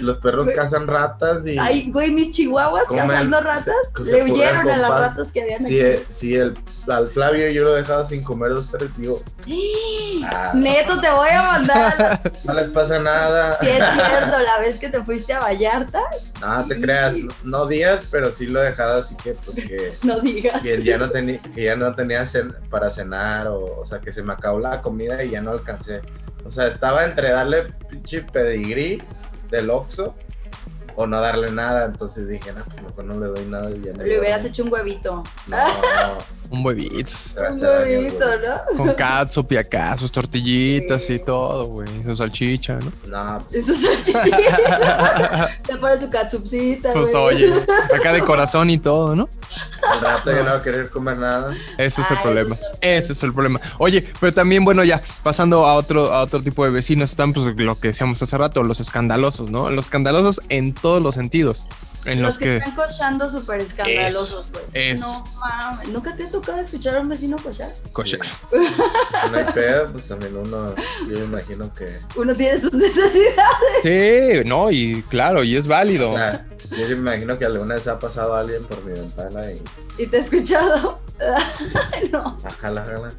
Los perros cazan ratas y.
Ay, güey, mis chihuahuas
Comen,
cazando ratas
se- se
le
curan
huyeron a
con
las
pan.
ratas que habían
Si, eh, si el, al Flavio yo lo he dejado sin comer dos, tres, digo,
aquí.
Ah.
Neto, te voy a mandar a la...
no les pasa nada.
Sí, es cierto, la vez que te fuiste a Vallarta,
No te creas, no, no días, pero sí lo he dejado así que, pues que.
no digas.
que ya no tenía que ya no tenía cen- para cenar o, o sea que se me acabó la comida y ya no alcancé o sea estaba entre darle pinche pedigrí del Oxxo o no darle nada entonces dije no pues mejor no le doy nada y ya no
Le hubieras hecho un huevito.
no, no,
Un huevito.
te va a
Un
hacer daño,
huevito,
güey.
¿no?
Con catsup y acá, sus tortillitas
Sí.
y todo, güey. Su salchicha, ¿no?
no
Eso es el chile. Te pone su catsupcita.
Pues
güey.
oye, acá de corazón y todo, ¿no?
pues, al rato ya no va a querer comer nada
Ese es el
Ay,
problema.
no.
Ese es el problema. Oye, pero también, bueno, ya pasando a otro, a otro tipo de vecinos, están pues lo que decíamos hace rato, los escandalosos, ¿no? Los escandalosos en todos los sentidos. En
Los
los
que,
que.
están cochando súper escandalosos, güey.
eso.
No mames. ¿Nunca te ha tocado escuchar a un vecino cochar?
Coche.
Sí. Pues, no hay pedo pues también uno yo me imagino que
Uno tiene sus necesidades.
Sí, no, y claro, y es válido.
o sea, yo me imagino que alguna vez ha pasado alguien por mi ventana y
Y te he escuchado. Ay, no.
jala jala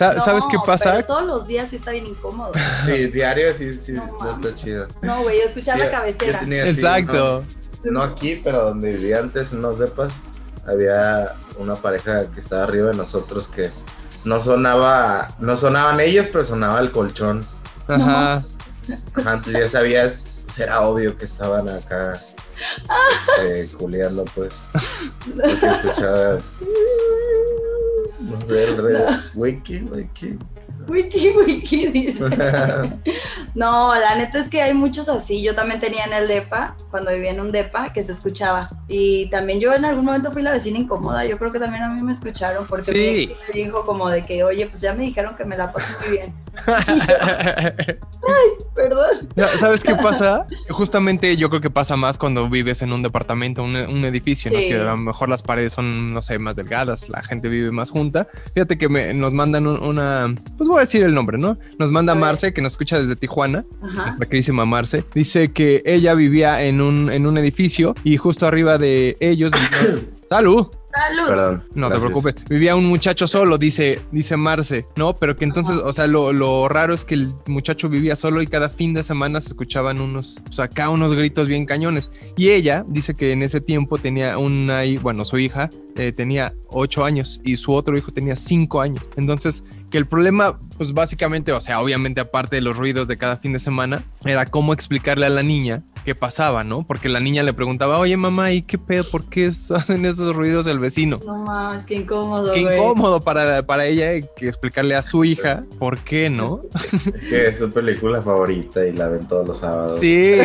Sa- Ah, ¿Sabes qué
No,
pasa?
pero todos los días sí está bien incómodo.
sí diario sí sí
No
no
mames.
está chido
No, güey, escuchar la
Yo- yo
cabecera.
tenía así
Exacto.
unos- no aquí, pero donde vivía antes, no sepas, había una pareja que estaba arriba de nosotros que no sonaba, no sonaban ellos, pero sonaba el colchón.
Ajá.
Ajá, Entonces ya sabías, pues era obvio que estaban acá este, Julián López. Porque escuchaba. No sé, el rey. Wiki, wiki.
Wiki, wiki, dice. No, la neta es que hay muchos así. Yo también tenía en el DEPA, cuando vivía en un DEPA, que se escuchaba. Y también yo en algún momento fui la vecina incómoda. Yo creo que también a mí me escucharon porque
Sí.
mi ex sí me dijo como de que, oye, pues ya me dijeron que me la paso muy bien. Perdón.
No, ¿Sabes qué pasa? Justamente yo creo que pasa más cuando vives en un departamento, un, un edificio, ¿no?
Sí.
que a lo mejor las paredes son, no sé, más delgadas, la gente vive más junta. Fíjate que me- nos mandan un- una, pues voy a decir el nombre, ¿no? Nos manda
A ver.
Marce, que nos escucha desde Tijuana,
Ajá.
la querísima Marce. Dice que ella vivía en un, en un edificio y justo arriba de ellos... vivía- ¡Salud!
Salud.
Perdón.
No
gracias.
te preocupes. Vivía un muchacho solo, dice, dice Marce, ¿no? Pero que entonces, o sea, lo, lo raro es que el muchacho vivía solo y cada fin de semana se escuchaban unos, o sea, acá unos gritos bien cañones. Y ella dice que en ese tiempo tenía una, hi- bueno, su hija eh, tenía ocho años y su otro hijo tenía cinco años. Entonces, que el problema, pues básicamente, o sea, obviamente aparte de los ruidos de cada fin de semana, era cómo explicarle a la niña qué pasaba, ¿no? Porque la niña le preguntaba, oye mamá, ¿y qué pedo? ¿Por qué hacen esos ruidos el vecino?
No mames, qué incómodo,
Qué
güey.
incómodo para, para ella eh, que explicarle a su hija por qué, ¿no?
Es que es su película favorita y la ven todos los sábados.
Sí.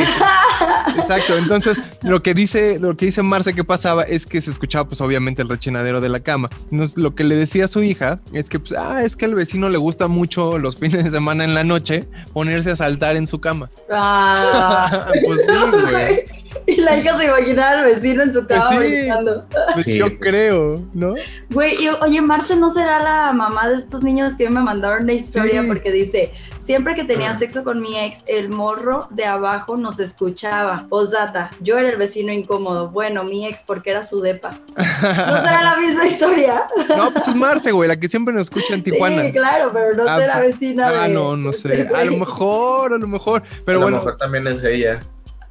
Exacto. Entonces, lo que dice, lo que dice Marce que pasaba es que se escuchaba, pues, obviamente, el rechinadero de la cama. Entonces, lo que le decía a su hija es que, pues, ah, es que al vecino le gusta mucho los fines de semana en la noche ponerse a saltar en su cama.
Ah.
pues sí, güey.
Güey. Y la hija se imaginaba al vecino en su
Pues
cama
sí.
brincando.
Pues
Sí,
yo
pues.
creo, ¿no?
Güey, y, oye, Marce no será la mamá de estos niños que me mandaron la historia
Sí.
porque dice, siempre que tenía sexo con mi ex, el morro de abajo nos escuchaba. Posdata, yo era el vecino incómodo. Bueno, mi ex porque era su depa. ¿No será la misma historia?
No, pues es Marce, güey, la que siempre nos escucha en Tijuana.
Sí, claro, pero no
Ah,
será
pues-
vecina
Ah,
de- este
no, no sé. A lo mejor, a lo mejor. Pero
a lo
bueno,
mejor también es ella.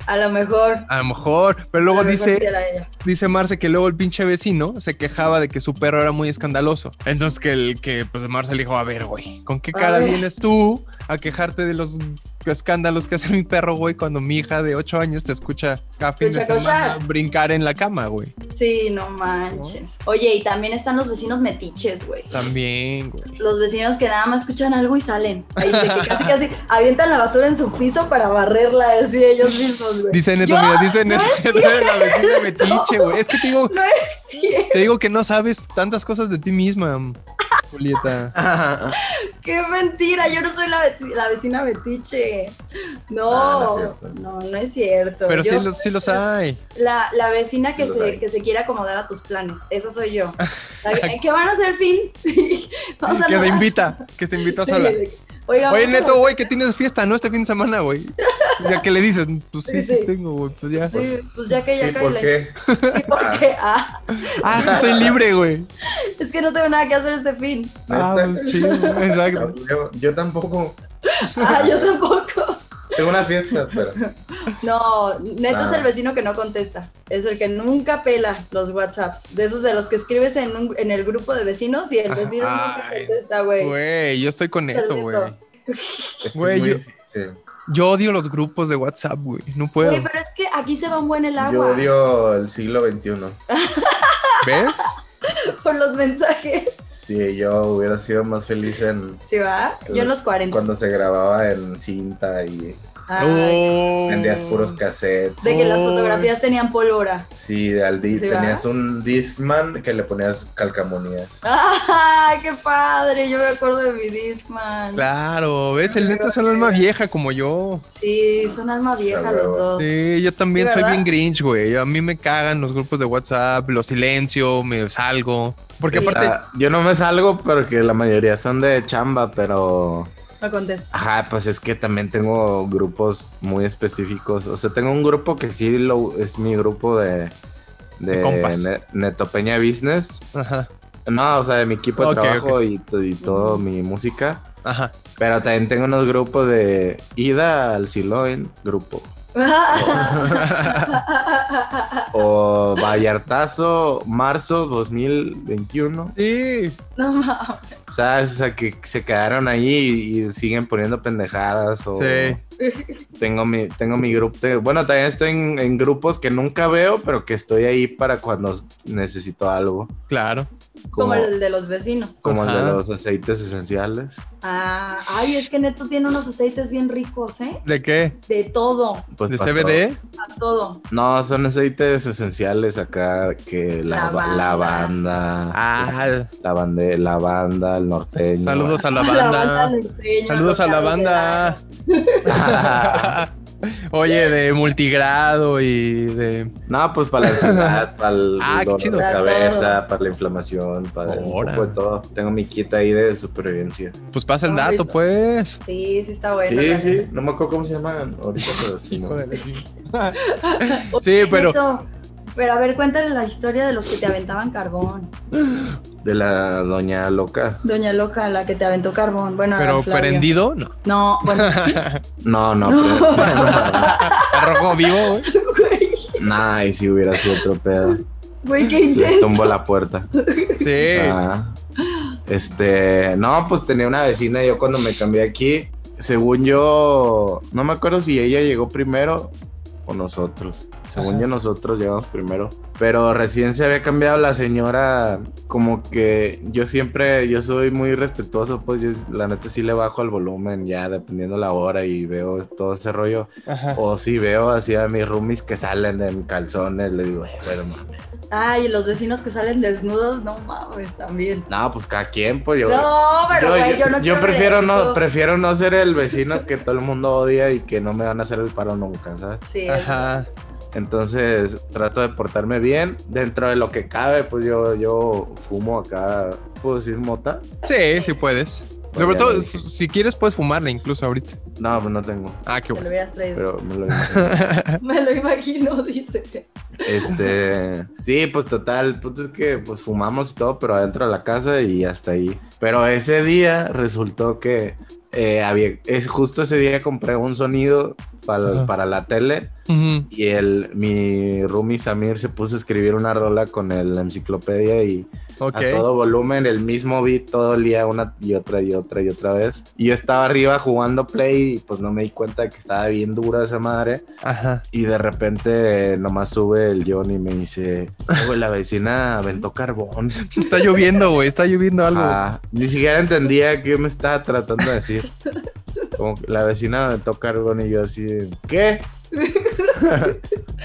A lo mejor.
a lo mejor. Pero luego
a lo mejor
dice,
sí era ella.
Dice Marce que luego el pinche vecino se quejaba de que su perro era muy escandaloso. Entonces que el que pues Marce le dijo, a ver, güey, ¿con qué
A
cara
ver.
vienes tú a quejarte de los escándalos que hace mi perro, güey, cuando mi hija de 8 años te escucha cada fin de
Escucha
semana
cosas.
brincar en la cama, güey?
Sí, no manches. Oye, y también están los vecinos metiches, güey.
También, güey.
los vecinos que nada más escuchan algo y salen. Ahí de que casi casi avientan la basura en su piso para barrerla así ellos mismos, güey.
Dice Neto,
Yo-
mira, dice Neto, tú eres la vecina metiche, güey. Es que te digo,
No es cierto.
te digo que no sabes tantas cosas de ti misma, Julieta.
Ah,
Qué mentira, yo no soy la, ve- la vecina metiche. No,
Ah, no
no,
es cierto.
no, es cierto.
Pero sí
Yo-
los, sí los hay.
la, la vecina que,
Sí los
se,
hay.
que se quiere acomodar a tus planes, esa soy yo. La que- ¿Qué van a hacer, Fin? Vamos a
Que se
nadar.
invita, que se invita
Sí,
sola.
de que, Oiga,
Oye,
vamos a
Neto, güey, que tienes fiesta, ¿no? Este fin de semana, güey. Ya que le dices, pues
Sí,
sí, sí
sí.
tengo, güey, pues ya.
Sí, pues ya que ya
Sí,
que
¿por
le-
qué?
Sí, porque ah,
Ah, es que estoy libre, güey.
es que no tengo nada que hacer este fin.
Ah,
¿Neta?
pues chido, güey, exacto.
Yo, yo tampoco.
Ah, yo tampoco.
Tengo una fiesta, pero.
No, neto
Ah.
es el vecino que no contesta. Es el que nunca pela los WhatsApps. De esos de los que escribes en, un- en el grupo de vecinos y el
Ajá.
vecino nunca
Ay,
contesta, güey.
Güey, yo estoy con
Es el
Neto,
Neto.
güey.
Es que
Güey,
es muy
yo-
difícil.
Yo odio los grupos de WhatsApp, güey. No puedo.
Güey, pero es que aquí se va un buen el
Yo
agua
odio el siglo XXI.
¿Ves?
por los mensajes.
Si yo hubiera sido más feliz en
¿Sí va? Yo en los 40.
cuando se grababa en cinta y
Ay,
Oh.
vendías puros cassettes.
de que las
Ay.
fotografías tenían pólvora.
Sí, al di-
Sí, ¿verdad?
tenías un Discman que le ponías calcamonías.
¡Ay, qué padre! Yo me acuerdo de mi Discman.
Claro, ¿ves? El Neto es un alma vieja como yo.
Sí, son alma
Sí,
vieja
huevo.
los dos.
Sí, yo también
Sí,
soy
¿verdad?
bien grinch, güey. A mí me cagan los grupos de WhatsApp, los silencio, me salgo. Porque
Sí.
aparte,
Ah, yo no me salgo porque la mayoría son de chamba, pero
No contesta.
Ajá, pues es que también tengo grupos muy específicos. O sea, tengo un grupo que sí lo, es mi grupo de, de,
De compas.
Ne- Neto Peña Business.
ajá,
No, o sea, de mi equipo de
Ok,
trabajo y to- Y, todo
Ujú.
mi música.
ajá.
Pero también tengo unos grupos de ida al Siloin, grupo. O Vallartazo, marzo 2021.
Sí.
no mames.
¿Sabes? O sea, que se quedaron ahí y siguen poniendo pendejadas. O
Sí.
tengo, mi, tengo mi grupo. de- bueno, también estoy en, en grupos que nunca veo, pero que estoy ahí para cuando necesito algo.
Claro.
Como el de los vecinos.
como el de
Ajá.
los aceites esenciales.
Ah, ay, es que Neto tiene unos aceites bien ricos, ¿eh?
¿De qué?
De todo,
Pues
¿De
para
CBD?
a todo.
todo. No, son aceites esenciales acá que la,
Lavanda.
lavanda,
Ah,
la bande- lavanda, el norteño.
saludos a la
La banda
banda.
norteña,
Saludos a la
los
banda. Oye, de multigrado y de.
no, pues para la ansiedad, para el
Ah, qué
dolor
chido.
de
Para
cabeza, para la inflamación, para el
Ahora.
poco de todo. Tengo mi kit ahí de supervivencia.
Pues pasa el
Ay,
dato,
no.
pues.
Sí, sí está bueno.
sí,
la
sí, no me acuerdo cómo se llaman ahorita, pero sí.
Hijo
no.
de la ching-
neta. Oye,
Sí, pero-
Neto, pero a ver, cuéntale la historia de los que te aventaban carbón.
De la doña loca.
Doña Loca, la que te aventó carbón. Bueno,
Pero
Flavio.
prendido, no.
No, bueno, sí,
No, no,
No.
pero-
A rojo vivo, güey.
güey.
Nah, y si hubiera sido otro pedo.
Güey, qué
Les
intenso.
tumbó la puerta.
Sí.
Ah, este, no, pues tenía una vecina yo cuando me cambié aquí. Según yo, no me acuerdo si ella llegó primero o nosotros. Según
Ajá.
yo, nosotros llegamos primero. Pero recién se había cambiado la señora. Como que yo siempre, yo soy muy respetuoso, pues yo la neta sí le bajo el volumen ya dependiendo la hora y veo todo ese rollo.
Ajá.
O si veo así a mis roomies que salen en calzones, le digo, eh, bueno, mames".
Ay, los vecinos que salen desnudos, no mames, también.
No, pues cada quien, pues yo.
No, pero
yo,
güey, yo,
yo-
no
yo
quiero
prefiero no
eso.
prefiero no ser el vecino que todo el mundo odia y que no me van a hacer el paro nunca, ¿sabes?
Sí,
Ajá.
Entonces trato de portarme bien dentro de lo que cabe, pues yo yo fumo acá, puedo decir mota.
Sí, sí puedes. Sobre
Oye,
todo,
güey.
si si quieres, puedes fumarla incluso ahorita.
No, pues no tengo,
Ah,
me
qué
lo
bueno.
hubieras traído.
pero me lo imagino.
Me lo imagino, dice.
Este, sí, pues total, el punto es que pues fumamos y todo, pero adentro de la casa y hasta ahí. Pero ese día resultó que eh, había, es justo ese día compré un sonido para,
Ajá.
para la tele.
Ujú.
Y el, mi roomie Samir se puso a escribir una rola con el- la enciclopedia y
Ok.
a todo volumen, el mismo beat todo el día, una y otra y otra y otra vez. Y yo estaba arriba jugando play y pues no me di cuenta de que estaba bien dura esa madre.
Ajá.
Y de repente eh, nomás sube el John y me dice, "Eh, güey, la vecina aventó carbón.
Está lloviendo, güey. Está lloviendo algo.
Ah, ni siquiera entendía qué me estaba tratando de decir. Como que la vecina aventó carbón y yo así, de, ¿qué?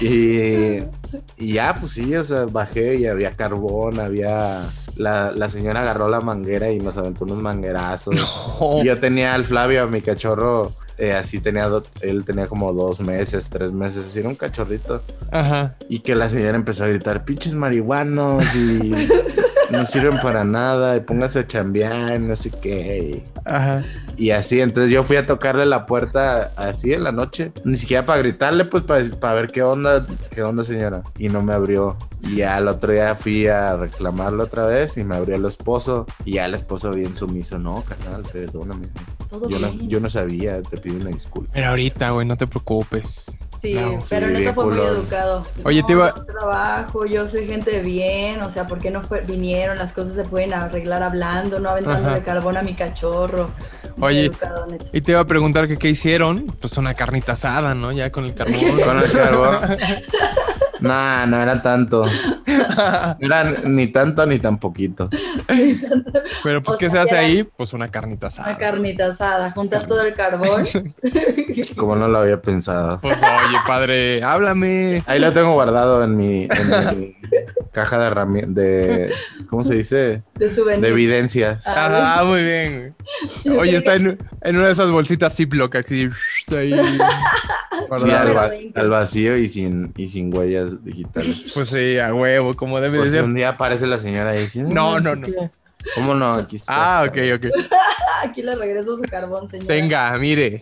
y, y ya, pues sí, o sea, bajé y había carbón, había... La, la señora agarró la manguera y nos aventó unos manguerazos.
No.
Y Yo tenía al Flavio, a mi cachorro, eh, así tenía, do- él tenía como dos meses, tres meses, era un cachorrito.
Ajá.
Y que la señora empezó a gritar, pinches marihuanos y no sirven para nada, y póngase a chambear, no sé qué.
Ajá.
Y así, entonces yo fui a tocarle la puerta así en la noche, ni siquiera para gritarle, pues para, para ver qué onda, qué onda señora. Y no me abrió. Y ya al otro día fui a reclamarlo otra vez y me abrió el esposo. Y ya el esposo bien sumiso, no, carnal, perdóname.
Todo
Yo no,
bien.
yo no sabía, te pido una disculpa.
Pero ahorita, güey, no te preocupes.
Sí,
No,
pero
sí,
Neto fue muy
culo.
educado.
Oye,
No,
te iba-
yo trabajo, yo soy gente de bien, o sea, ¿por qué no fue- vinieron? Las cosas se pueden arreglar hablando, no aventándole
Ajá.
carbón a mi cachorro. Muy
Oye,
educado, Neto.
Y te iba a preguntar que qué hicieron. Pues una carnita asada, ¿no? Ya con el carbón.
Con el carbón. Nah, no era tanto. No era ni tanto ni tan poquito.
Pero pues,
O
¿qué
sea,
se hace
que
ahí? Pues una carnita
Una
asada.
carnita asada, juntas todo el carbón.
Como no lo había pensado.
Pues oye, padre, háblame.
Ahí lo tengo guardado en mi, en mi caja de herramientas. De, ¿Cómo se dice?
de su
De
venida.
evidencias.
Ah, Ajá, muy bien. güey. Oye, está en, en una de esas bolsitas Ziploc, así. ahí,
Sí, al,
guardado.
va- al vacío y sin, y sin huellas digitales.
Pues sí, a huevo, como debe
Por
de
si
ser.
un día aparece la señora y dice:
No, no,
sí
no.
que- ¿Cómo no? Aquí está.
Ah, ok, ok.
Ah, Aquí le regreso su carbón, señor.
Tenga, mire.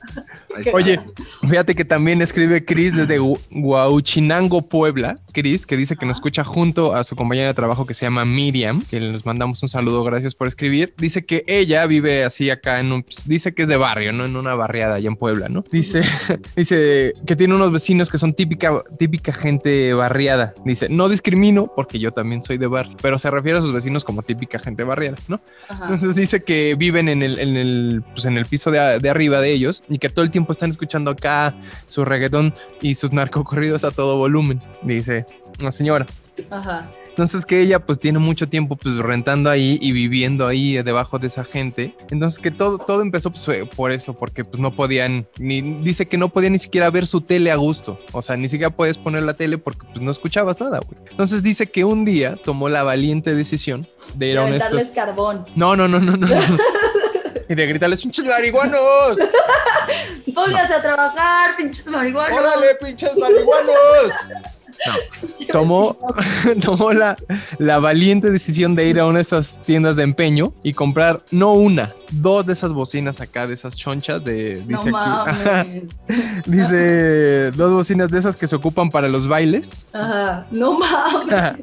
Ahí está.
Oye, fíjate que también escribe Cris desde Gu- Huauchinango, Puebla. Cris, que dice que nos escucha junto a su compañera de trabajo que se llama Miriam, que nos mandamos un saludo, gracias por escribir. Dice que ella vive así acá en un, pues, dice que es de barrio, ¿no? En una barriada allá en Puebla, ¿no? Dice, dice que tiene unos vecinos que son típica, típica gente barriada. Dice, no discrimino porque yo también soy de barrio, pero se refiere a sus vecinos como típica gente barriada. pedo, ¿no? Ajá. Entonces dice que viven en el, en el, pues en el piso de, de, arriba de ellos y que todo el tiempo están escuchando acá su reggaetón y sus narcocorridos a todo volumen, dice la señora. Ajá. Entonces que ella pues tiene mucho tiempo pues rentando ahí y viviendo ahí debajo de esa gente. Entonces que todo, todo empezó pues, por eso, porque pues no podían, ni, dice que no podía ni siquiera ver su tele a gusto. O sea, ni siquiera puedes poner la tele porque pues no escuchabas nada, güey. Entonces dice que un día tomó la valiente decisión de ir de a un...
Estos... carbón.
No, no, no, no, no. no. y de gritarles, pinches marihuanos.
Pónganse no. a trabajar, pinches marihuanos.
Órale, pinches marihuanos. No. Tomó, tomó la, la, valiente decisión de ir a una de estas tiendas de empeño y comprar no una, dos de esas bocinas acá, de esas chonchas de... Dice, no aquí, dice dos bocinas de esas que se ocupan para los bailes.
Ajá, no mames.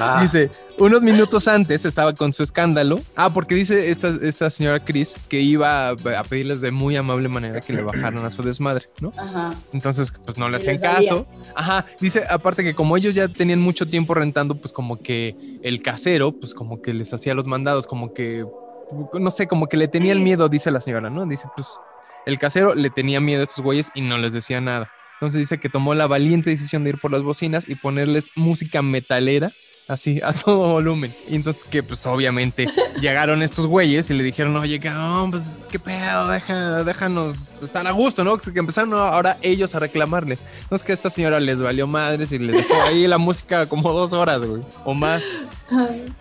Ah. Dice, unos minutos antes estaba con su escándalo. Ah, porque dice esta, esta señora Chris que iba a, a pedirles de muy amable manera que le bajaron a su desmadre, ¿no? Ajá. Entonces, pues no le hacían caso. Ajá, dice, aparte que como ellos ya tenían mucho tiempo rentando, pues como que el casero, pues como que les hacía los mandados, como que, no sé, como que le tenía el miedo, dice la señora, ¿no? Dice, pues el casero le tenía miedo a estos güeyes y no les decía nada. Entonces dice que tomó la valiente decisión de ir por las bocinas y ponerles música metalera. Así, a todo volumen. Y entonces que pues obviamente llegaron estos güeyes y le dijeron, oye, cabrón, pues qué pedo, Deja, déjanos estar a gusto, ¿no? Que empezaron ahora ellos a reclamarle. No es que a esta señora les valió madres y les dejó ahí la música como dos horas, güey, o más.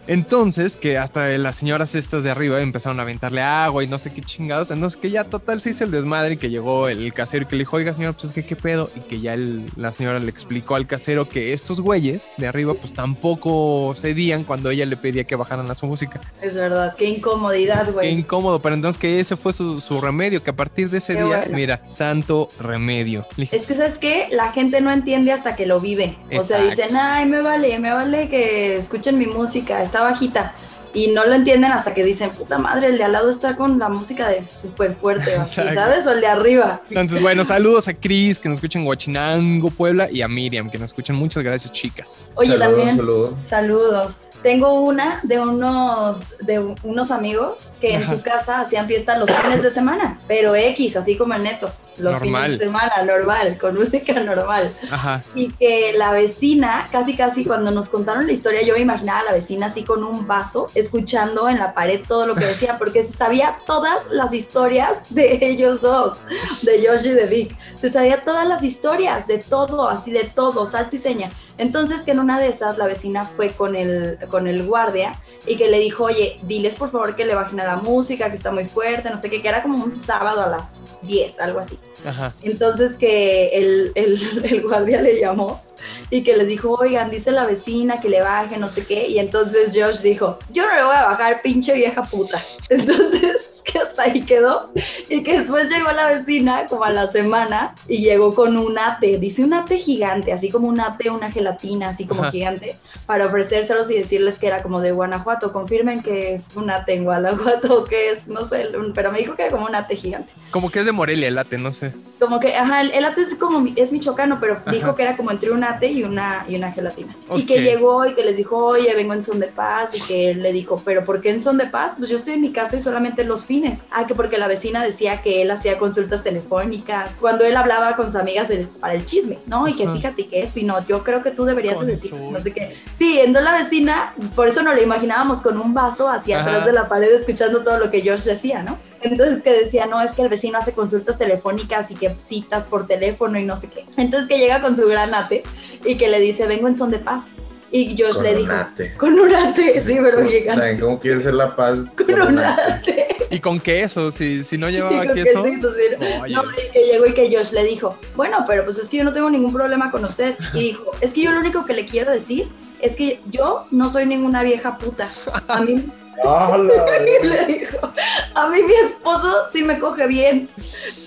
Entonces que hasta las señoras estas de arriba empezaron a aventarle agua y no sé qué chingados. Entonces que ya total se hizo el desmadre y que llegó el casero y que le dijo, oiga, señora, pues que qué pedo. Y que ya el, la señora le explicó al casero que estos güeyes de arriba pues tampoco cedían cuando ella le pedía que bajaran la su música.
Es verdad, qué incomodidad, güey.
Qué incómodo, pero entonces que ese fue su, su remedio, que a partir de ese qué día, bueno. mira, santo remedio.
Dije, es que, ¿sabes qué? La gente no entiende hasta que lo vive. Exacto. O sea, dicen, ay, me vale, me vale que escuchen mi música, está bajita. Y no lo entienden hasta que dicen, puta madre, el de al lado está con la música de súper fuerte, así, ¿sabes? O el de arriba.
"Pues, Entonces, bueno, saludos a Cris, que nos escuchan en Huachinango, Puebla, y a Miriam, que nos escuchan. Muchas gracias, chicas.
Oye, saludos, también. Saludos. saludos. Tengo una de unos, de unos amigos que Ajá. en su casa hacían fiesta los fines de semana, pero X, así como el neto, los normal. fines de semana, normal, con música normal. Ajá. Y que la vecina, casi casi cuando nos contaron la historia, yo me imaginaba a la vecina así con un vaso, escuchando en la pared todo lo que decían, porque se sabía todas las historias de ellos dos, de Josh y de Vic. Se sabía todas las historias, de todo, así de todo, salto y seña. Entonces que en una de esas la vecina fue con el, con el guardia y que le dijo, oye, diles por favor que le bajen a la música, que está muy fuerte, no sé qué, que era como un sábado a las 10, algo así. Ajá. Entonces que el, el, el guardia le llamó y que les dijo, oigan, dice la vecina que le baje, no sé qué. Y entonces Josh dijo, yo no le voy a bajar, pinche vieja puta. Entonces, que hasta ahí quedó. Y que después llegó la vecina, como a la semana, y llegó con un ate, dice un ate gigante, así como un ate, una gelatina, así como Ajá. gigante, para ofrecérselos y decirles que era como de Guanajuato. Confirmen que es un ate en Guanajuato, que es, no sé, pero me dijo que era como un ate gigante.
Como que es de Morelia el ate, no sé
como que, ajá, el, el ate es como, es michoacano, pero ajá. dijo que era como entre un ate y una, y una gelatina. Okay. Y que llegó y que les dijo, oye, vengo en son de paz, y que él le dijo, pero ¿por qué en son de paz? Pues yo estoy en mi casa y solamente los fines. Ah, que porque la vecina decía que él hacía consultas telefónicas, cuando él hablaba con sus amigas el, para el chisme, ¿no? Y que ajá. fíjate que esto y no, yo creo que tú deberías de decir, no sé qué. Sí, entonces la vecina, por eso nos la imaginábamos con un vaso hacia ajá. atrás de la pared escuchando todo lo que Josh decía, ¿no? Entonces que decía, no, es que el vecino hace consultas telefónicas y que citas por teléfono y no sé qué. Entonces que llega con su granate y que le dice, vengo en son de paz. Y Josh
con
le dijo,
ate.
con un ate, sí, pero gigante.
¿Cómo quiere ser la paz?
Con, con un ate.
¿Y con queso? Si, si no llevaba queso.
Que sí, tú, sí. Oh, no, y que llegó y que Josh le dijo, bueno, pero pues es que yo no tengo ningún problema con usted. Y dijo, es que yo lo único que le quiero decir es que yo no soy ninguna vieja puta. A mí le dijo, a mí mi esposo sí me coge bien.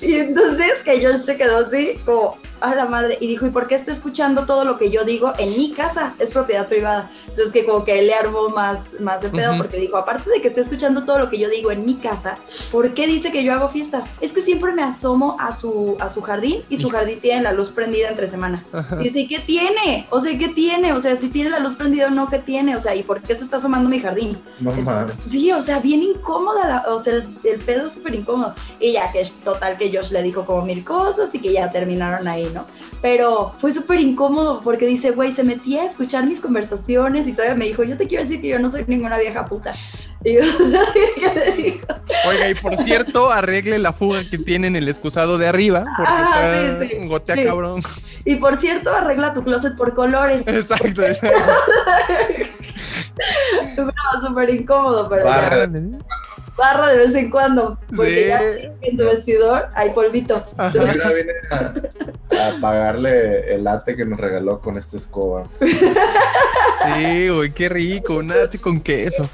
Y entonces que Josh se quedó así, como, a la madre, y dijo, ¿y por qué está escuchando todo lo que yo digo en mi casa? Es propiedad privada. Entonces que como que él le armó más, más de pedo
Ujú.
porque dijo, aparte de que está escuchando todo lo que yo digo en mi casa, ¿por qué dice que yo hago fiestas? Es que siempre me asomo a su, a su jardín y su jardín tiene la luz prendida entre semana.
Ajá.
Dice, ¿y ¿qué tiene? O sea, ¿qué tiene? O sea, si tiene la luz prendida o no, ¿qué tiene? O sea, ¿y por qué se está asomando a mi jardín?
No mames.
Sí, o sea, bien incómoda, la- o sea, el, el pedo es súper incómodo. Y ya que total que Josh le dijo como mil cosas y que ya terminaron ahí, ¿no? Pero fue súper incómodo porque dice, güey, se metía a escuchar mis conversaciones y todavía me dijo, yo te quiero decir que yo no soy ninguna vieja puta. Y yo, ¿qué le dijo?
Oiga, y por cierto, arregle la fuga que tiene en el excusado de arriba, porque
Ah,
está
sí, sí,
gotea
sí.
cabrón.
Y por cierto, arregla tu closet por colores.
Exacto, exacto.
Estaba súper incómodo, pero
Barra.
ya. barra de vez en cuando. Porque
Sí.
ya en su vestidor hay polvito.
Yo ahora vine a, a pagarle el late que nos regaló con esta escoba.
Sí, güey, qué rico, nada con queso.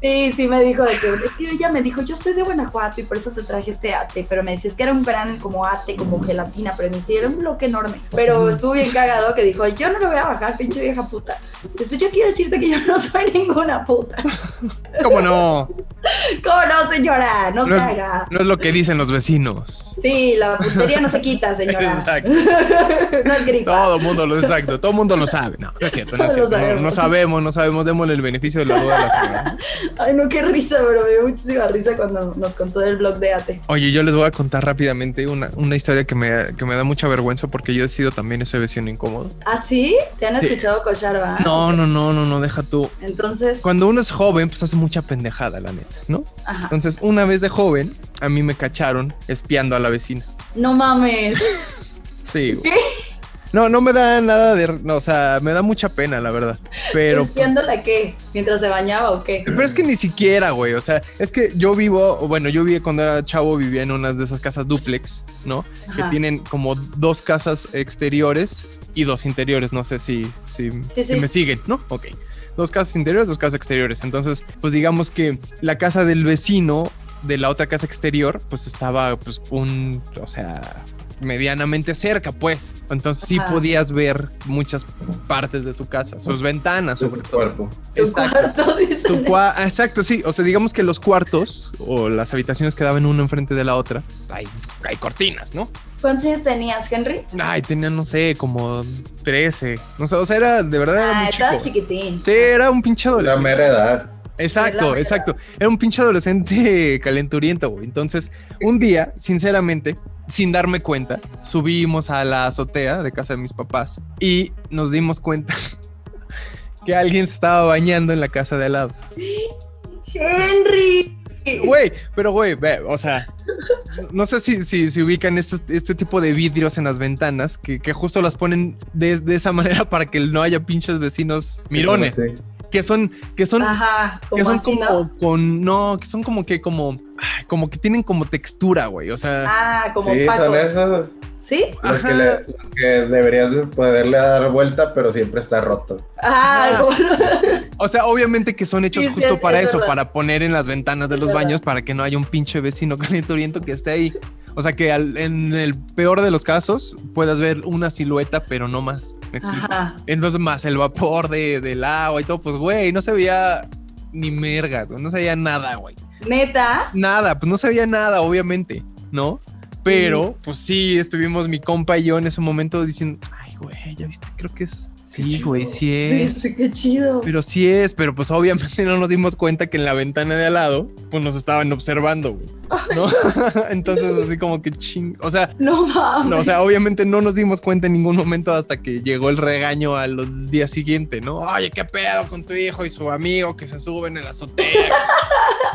Sí, sí me dijo de que es que ella me dijo, yo soy de Guanajuato y por eso te traje este ate, pero me decías que era un gran como ate, como gelatina, pero me decía, era un bloque enorme. Pero estuvo bien cagado que dijo, yo no me voy a bajar, pinche vieja puta. Después yo quiero decirte que yo no soy ninguna puta.
¿Cómo no?
¿Cómo no, señora? No se
No.
haga.
No es lo que dicen los vecinos.
Sí, la puntería no se quita, señora.
Exacto.
no es gripa.
Todo el mundo lo exacto, todo el mundo lo sabe. No, no es cierto, no es
Lo
cierto. No,
sabemos.
no sabemos, no sabemos, démosle el beneficio de la duda a la señora.
Ay, no, qué risa, pero me dio muchísima risa cuando nos contó del blog de ate.
Oye, yo les voy a contar rápidamente una, una historia que me, que me da mucha vergüenza porque yo he sido también ese vecino incómodo.
¿Ah, sí? ¿Te han
Sí.
escuchado cochar, va?
No, no, no, no, no, deja tú.
Entonces,
Cuando uno es joven, pues hace mucha pendejada, la neta, ¿no?
ajá.
Entonces, una vez de joven, a mí me cacharon espiando a la vecina.
No mames.
Sí, güey. No, no me da nada de... no, o sea, me da mucha pena, la verdad. Pero...
¿Espiándola qué? ¿Mientras se bañaba o qué?
Pero es que ni siquiera, güey. O sea, es que yo vivo, o bueno, yo viví cuando era chavo, vivía en unas de esas casas duplex, ¿no? Que
Ajá.
tienen como dos casas exteriores y dos interiores. No sé si, si, si
sí.
me siguen, ¿no? Ok. Dos casas interiores, dos casas exteriores. Entonces, pues digamos que la casa del vecino de la otra casa exterior, pues estaba, pues, un, o sea, medianamente cerca, pues. Entonces sí
Ajá.
podías ver muchas partes de su casa, sus ventanas, sobre
Sobre
todo.
cuerpo.
Su
Exacto.
cuarto,
Tu
dicen.
cua- ah, exacto, sí. O sea, digamos que los cuartos o las habitaciones quedaban una enfrente de la otra. Hay, hay cortinas, ¿no?
¿Cuántos años tenías, Henry?
Ay, tenía, no sé, como 13. No sé, o sea, era de verdad era
Ah,
muy
estabas
chico.
chiquitín.
Sí, era un pinche
La
adolescente.
mera edad.
De la
Exacto,
mera.
exacto. Era un pinche adolescente calenturiento, güey. Entonces, un día, sinceramente, sin darme cuenta, subimos a la azotea de casa de mis papás y nos dimos cuenta que alguien se estaba bañando en la casa de al lado.
¡Henry!
Güey, pero güey, ve, o sea, no sé si, si, si ubican este, este tipo de vidrios en las ventanas que, que justo las ponen de, de esa manera para que no haya pinches vecinos mirones,
Sí.
que son, que son,
Ajá,
que
como
son
Ah, así,
como
¿no?
con, no, que son como que como, ay, como que tienen como textura, güey, o sea,
Ah, como
Sí, son
pacos.
esos.
¿Sí?
Los que,
Ajá.
le- los que deberías de poderle dar vuelta, pero siempre está roto.
Ah,
Ah.
como-
o sea, obviamente que son hechos
Sí, sí,
justo
es-
para
es
eso,
verdad.
para poner en las ventanas de
Es
los
verdad.
baños para que no haya un pinche vecino calenturiento que esté ahí. O sea, que al- en el peor de los casos puedas ver una silueta, pero no más. ¿Me explico?
Ajá.
Entonces, más el vapor de, del agua y todo, pues, güey, no se veía ni mergas, güey, no se veía nada, güey.
Neta.
Nada, pues no se veía nada, obviamente, ¿no? Pero, pues sí, estuvimos mi compa y yo en ese momento diciendo, ay, güey, ya viste, creo que es. Sí,
chido.
güey, sí
Sí,
es.
sí, qué chido.
Pero sí es, pero pues obviamente no nos dimos cuenta que en la ventana de al lado, pues nos estaban observando, güey. ¿No? Entonces, así como que ching. O sea,
No mames.
no, o sea, obviamente no nos dimos cuenta en ningún momento hasta que llegó el regaño al día siguiente, ¿no? Oye, qué pedo con tu hijo y su amigo que se suben en la azotea.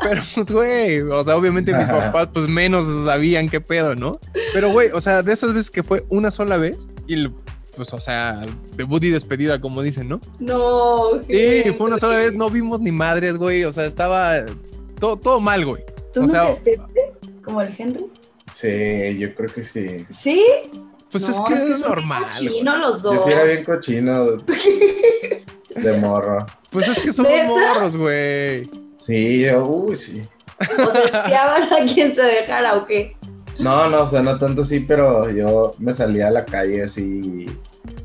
Pero pues, güey, o sea, obviamente mis papás pues menos sabían qué pedo, ¿no? Pero, güey, o sea, de esas veces que fue una sola vez y pues, o sea, debut y despedida, como dicen, ¿no?
No.
Sí,
Henry.
fue una sola vez, no vimos ni madres, güey, o sea, estaba todo, todo mal, güey.
¿Tú
o
no
sea-
te sentiste como el Henry?
Sí, yo creo que sí.
¿Sí?
Pues
No,
es que es,
son bien
normal. güey.
cochinos los
Yo
dos.
sí era bien cochino de morro.
Pues es que somos
¿Neta?
morros, güey.
Sí, yo, uy, sí.
O sea, espiaban a quien se dejara o qué.
No, no, o sea, no tanto sí, pero yo me salía a la calle así y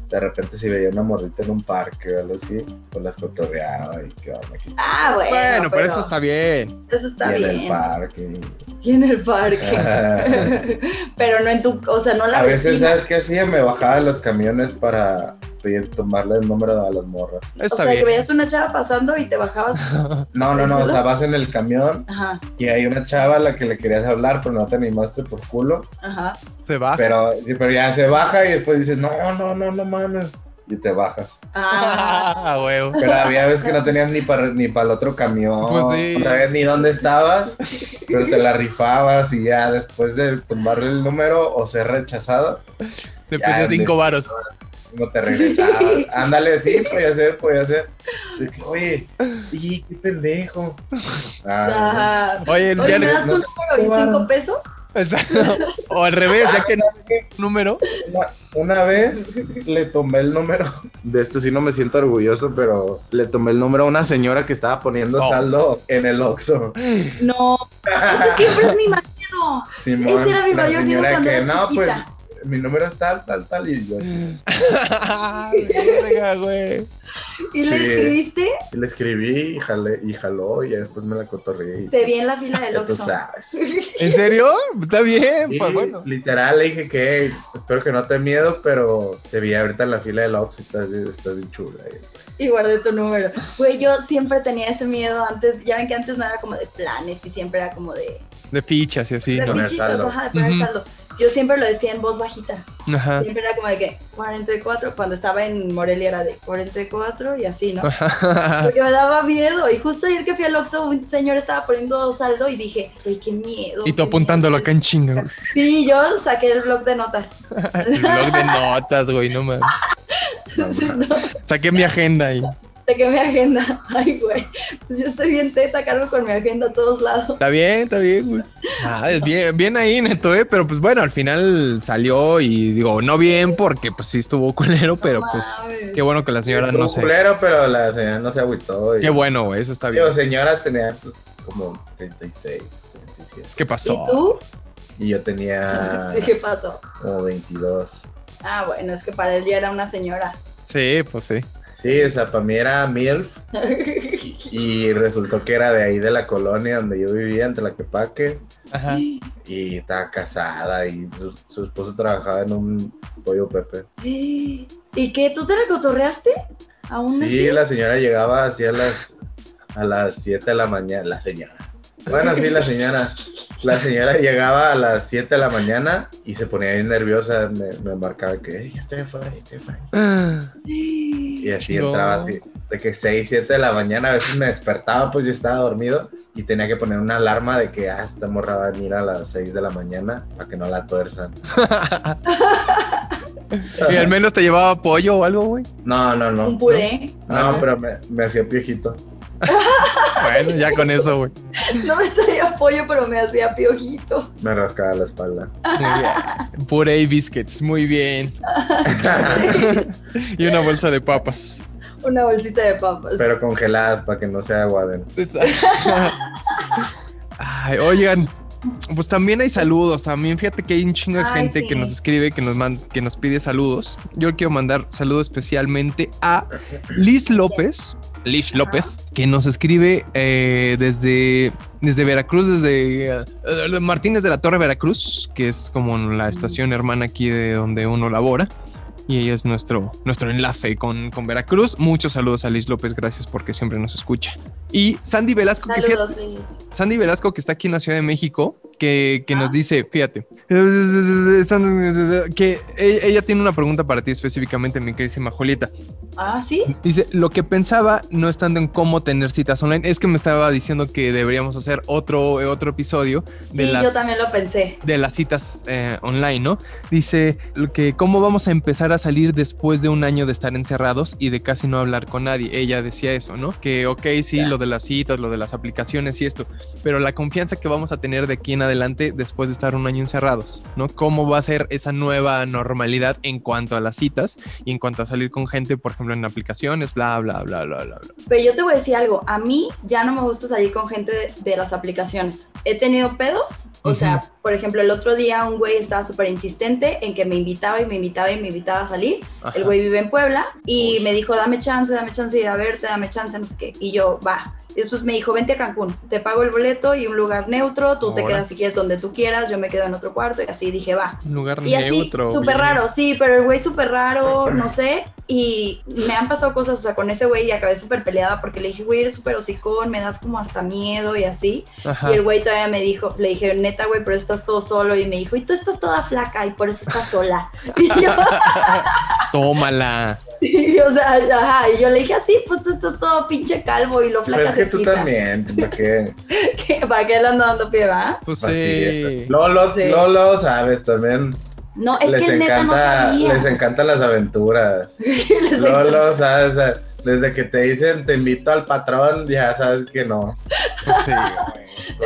de repente si veía una morrita en un parque o algo así, pues las cotorreaba y qué onda. Aquí.
Ah, bueno.
Bueno, pero, eso está bien.
Eso está
y en
bien.
el parque.
Y en el parque. pero no en tu, o sea, no la
a veces,
vecina.
¿sabes qué hacía? Me bajaba de los camiones para pedir, tomarle el número a las morras.
o
Está
sea, que
bien.
veías una chava pasando y te bajabas.
No, no, no, o sea, vas en el camión
Ajá,
y hay una chava a la que le querías hablar, pero no te animaste por culo.
ajá.
Se va.
Pero, pero ya se baja y después dices, no, no, no, no mames. Y te bajas.
Ah,
Ah, huevo.
Pero había veces que no tenías ni para ni para el otro camión.
Pues sí.
No sabías ni dónde estabas, pero te la rifabas y ya después de tumbarle el número o ser rechazado,
Le
Ya,
puse
hombre.
cinco varos.
no te regresabas. Ándale, sí, podía ser, podía ser. De que, Oye, y qué pendejo. Ah,
ajá.
Oye,
Oye,
ya
¿me
le-
das
no-
un número y cinco pesos?
Exacto. O al revés, ya que no
¿sabes qué?
número.
Una, una vez le tomé el número. De esto sí no me siento orgulloso, pero le tomé el número a una señora que estaba poniendo
Oh.
saldo en el Oxxo.
No. Ese siempre es mi miedo.
Simón,
Ese era mi mayor miedo cuando era chiquita". Mm.
pues mi número es tal, tal, tal. Y yo así.
Verga, güey.
¿Y le
Sí.
escribiste?
Y le escribí y, jalé, y jaló, y ya después me la cotorreé. Y,
Te vi en la fila del
ya tú
Oxxo.
sabes.
¿En serio? Está bien.
Y
Pues bueno.
literal le dije que "Hey, espero que no te dé miedo, pero te vi ahorita en la fila del Oxxo y estás, estás bien chula. Y-
Y guardé tu número. Güey, yo siempre tenía ese miedo antes. Ya ven que antes no era como de planes y siempre era como de.
De fichas y así,
de
¿no?
poner
pichitos,
saldo.
ajá, de poner
Ujú.
saldo. Yo siempre lo decía en voz bajita.
Ajá.
Siempre era como de que 44. Cuando estaba en Morelia era de 44 y así, ¿no? Porque me daba miedo. Y justo ayer que fui al Oxxo, un señor estaba poniendo saldo y dije, güey, qué miedo.
Y tú
qué
apuntándolo
miedo".
acá en chinga, güey.
Sí, yo saqué el blog de notas.
El blog de notas, güey, no mames.
no,
Sí,
ma-
no,
Saqué mi agenda y
saqué mi agenda. Ay, güey. pues Yo soy bien teta, cargo con mi agenda a todos lados.
Está bien, está bien, güey. Ah, es bien, bien ahí, neto, ¿eh? Pero pues bueno, al final salió y digo, no bien porque pues sí estuvo culero, pero pues
Mames.
qué bueno que la señora
Estuvo
no sé.
culero, pero la señora no se agüitó. y-
Qué bueno, güey, eso está bien.
Digo, señora tenía pues, como 36, 37.
Es que pasó. Ah.
¿Y tú?
Y yo tenía
Sí, ¿qué pasó?
como 22.
Ah, bueno, es que para él ya era una señora.
Sí, pues sí.
Sí, o sea, para mí era MILF y resultó que era de ahí de la colonia donde yo vivía, entre la Quepaque,
Ajá.
y estaba casada y su, su esposo trabajaba en un pollo Pepe.
¿Y qué? ¿Tú te la cotorreaste? ¿Aún así?
Sí, la señora llegaba así a las, a las 7 de la mañana, la señora. Bueno, sí, la señora. La señora llegaba a las 7 de la mañana y se ponía bien nerviosa, me, me marcaba que, "Ey, ya estoy afuera, ya estoy afuera. Y así
No.
entraba así, de que 6, 7 de la mañana, a veces me despertaba, pues yo estaba dormido y tenía que poner una alarma de que, ah, esta morra va a venir a las 6 de la mañana para que no la tuerzan.
Y al menos te llevaba pollo o algo, güey.
No, no, no.
¿Un puré?
No, pero me, me hacía piojito.
Bueno, ya con eso, güey.
No me traía pollo, pero me hacía piojito.
Me rascaba la espalda.
Muy bien. Puré y biscuits, muy bien. y una bolsa de papas.
Una bolsita de papas.
Pero congeladas para que no se aguaden.
Ay, oigan, pues también hay saludos. También fíjate que hay un chingo de
Ay,
gente
sí.
que nos escribe, que nos, man- que nos pide saludos. Yo quiero mandar saludos especialmente a Liz López. Liz López, que nos escribe eh, desde, desde Veracruz, desde eh, Martínez de la Torre Veracruz, que es como la estación hermana aquí de donde uno labora. Y ella es nuestro, nuestro enlace con, con Veracruz. Muchos saludos a Liz López, gracias porque siempre nos escucha. Y Sandy Velasco, que fíjate-
Saludos, niños.
Sandy Velasco, que está aquí en la Ciudad de México, que, que nos
Ah.
dice, fíjate, están- que e- ella tiene una pregunta para ti específicamente, mi queridísima Julieta.
Ah, ¿sí?
Dice, lo que pensaba no estando en cómo tener citas online, es que me estaba diciendo que deberíamos hacer otro, eh, otro episodio de
Sí,
las...
yo también lo pensé.
de las citas eh, online, ¿no? Dice lo que cómo vamos a empezar a salir después de un año de estar encerrados y de casi no hablar con nadie. Ella decía eso, ¿no? Que ok, sí,
Ya.
lo de las citas, lo de las aplicaciones y esto, pero la confianza que vamos a tener de aquí en adelante después de estar un año encerrados, ¿no? ¿Cómo va a ser esa nueva normalidad en cuanto a las citas y en cuanto a salir con gente, por ejemplo, en aplicaciones, bla, bla, bla, bla, bla, bla?
Pero yo te voy a decir algo, a mí ya no me gusta salir con gente de, de las aplicaciones. He tenido pedos, o
Ujú.
sea, Por ejemplo, el otro día un güey estaba súper insistente en que me invitaba y me invitaba y me invitaba a salir.
Ajá.
El güey vive en Puebla y me dijo, dame chance, dame chance de ir a verte, dame chance, no sé qué. Y yo, va. Y después me dijo, vente a Cancún, te pago el boleto y un lugar neutro, tú te
Ahora.
quedas si quieres donde tú quieras, yo me quedo en otro cuarto. Y así dije, va.
Un lugar
Y así,
neutro.
súper
bien.
raro, sí, pero el güey súper raro, no sé. Y me han pasado cosas, o sea, con ese güey y acabé súper peleada porque le dije, güey, eres súper hocicón, me das como hasta miedo y así.
Ajá.
Y el güey todavía me dijo, le dije, neta, güey, pero estás todo solo. Y me dijo, y tú estás toda flaca y por eso estás sola. Y yo,
Tómala.
y, o sea, ajá, y yo le dije, así, pues tú estás todo pinche calvo y lo
Pero
flaca
es que
se
tú
quita".
también, ¿para qué?
¿Qué? ¿Para qué le ando dando pie, va?
Pues
Así
sí.
es. No lo,
Sí.
no lo sabes, también
No, es
les
que neta no
encanta,
sabía.
les encantan las aventuras.
Les
No
encanta.
lo sabes, o sea, desde que te dicen te invito al patrón, ya sabes que no.
Pues sí.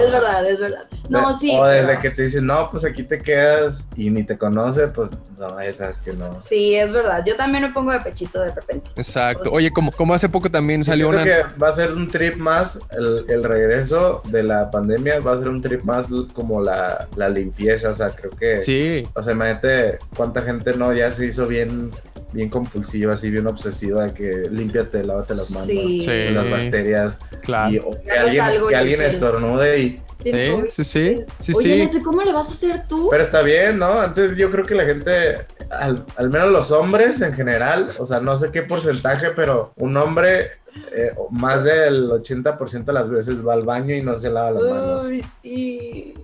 Es verdad, es verdad. No,
De-
sí.
O desde
pero-
que te dicen, no, pues aquí te quedas y ni te conoce, pues no, ya sabes que no.
Sí, es verdad. Yo también me pongo de pechito de repente.
Exacto. Oye, como, como hace poco también salió
Siento
una.
que va a ser un trip más, el, el regreso de la pandemia va a ser un trip más l- como la, la limpieza, o sea, creo que...
Sí.
O sea, imagínate cuánta gente no ya se hizo bien, bien compulsiva, así bien obsesiva, de que límpiate, lávate las manos,
Sí.
Sí. Ah.
las bacterias,
Claro.
y o que
Ya no
alguien,
salgo
que
yo
alguien
solo.
estornude y...
Tiene COVID.
Sí, sí, sí. Sí,
Oye,
sí.
Neto, ¿y cómo le vas a hacer tú?
Pero está bien, ¿no? Antes yo creo que la gente, al, al menos los hombres en general, o sea, no sé qué porcentaje, pero un hombre eh, más del 80% de las veces va al baño y no se lava las manos.
Uy, sí.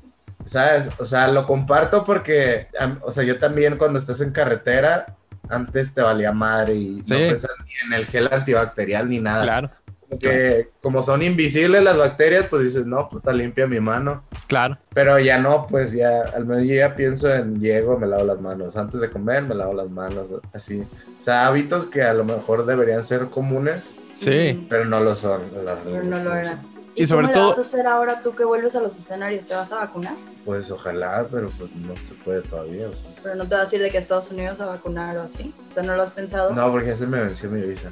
¿Sabes? O sea, lo comparto porque, am- o sea, yo también cuando estás en carretera, antes te valía madre y
Sí.
no pensas ni en el gel antibacterial ni nada.
Claro,
Como que como son invisibles las bacterias, pues dices, no, pues está limpia mi mano.
claro.
Pero ya no, pues ya, al menos yo ya pienso en llego, me lavo las manos. Antes de comer, me lavo las manos, así. O sea, hábitos que a lo mejor deberían ser comunes,
Sí.
pero no lo son. pues, la verdad.
Mm, Pero no lo era.
Y sobre
cómo
todo-
le vas a hacer ahora tú que vuelves a los escenarios? ¿Te vas a vacunar?
Pues ojalá, pero pues no se puede todavía. o sea.
Pero no te vas a ir de que a Estados Unidos a vacunar o así. O sea, ¿no lo has pensado?
No, porque ya se me venció mi visa.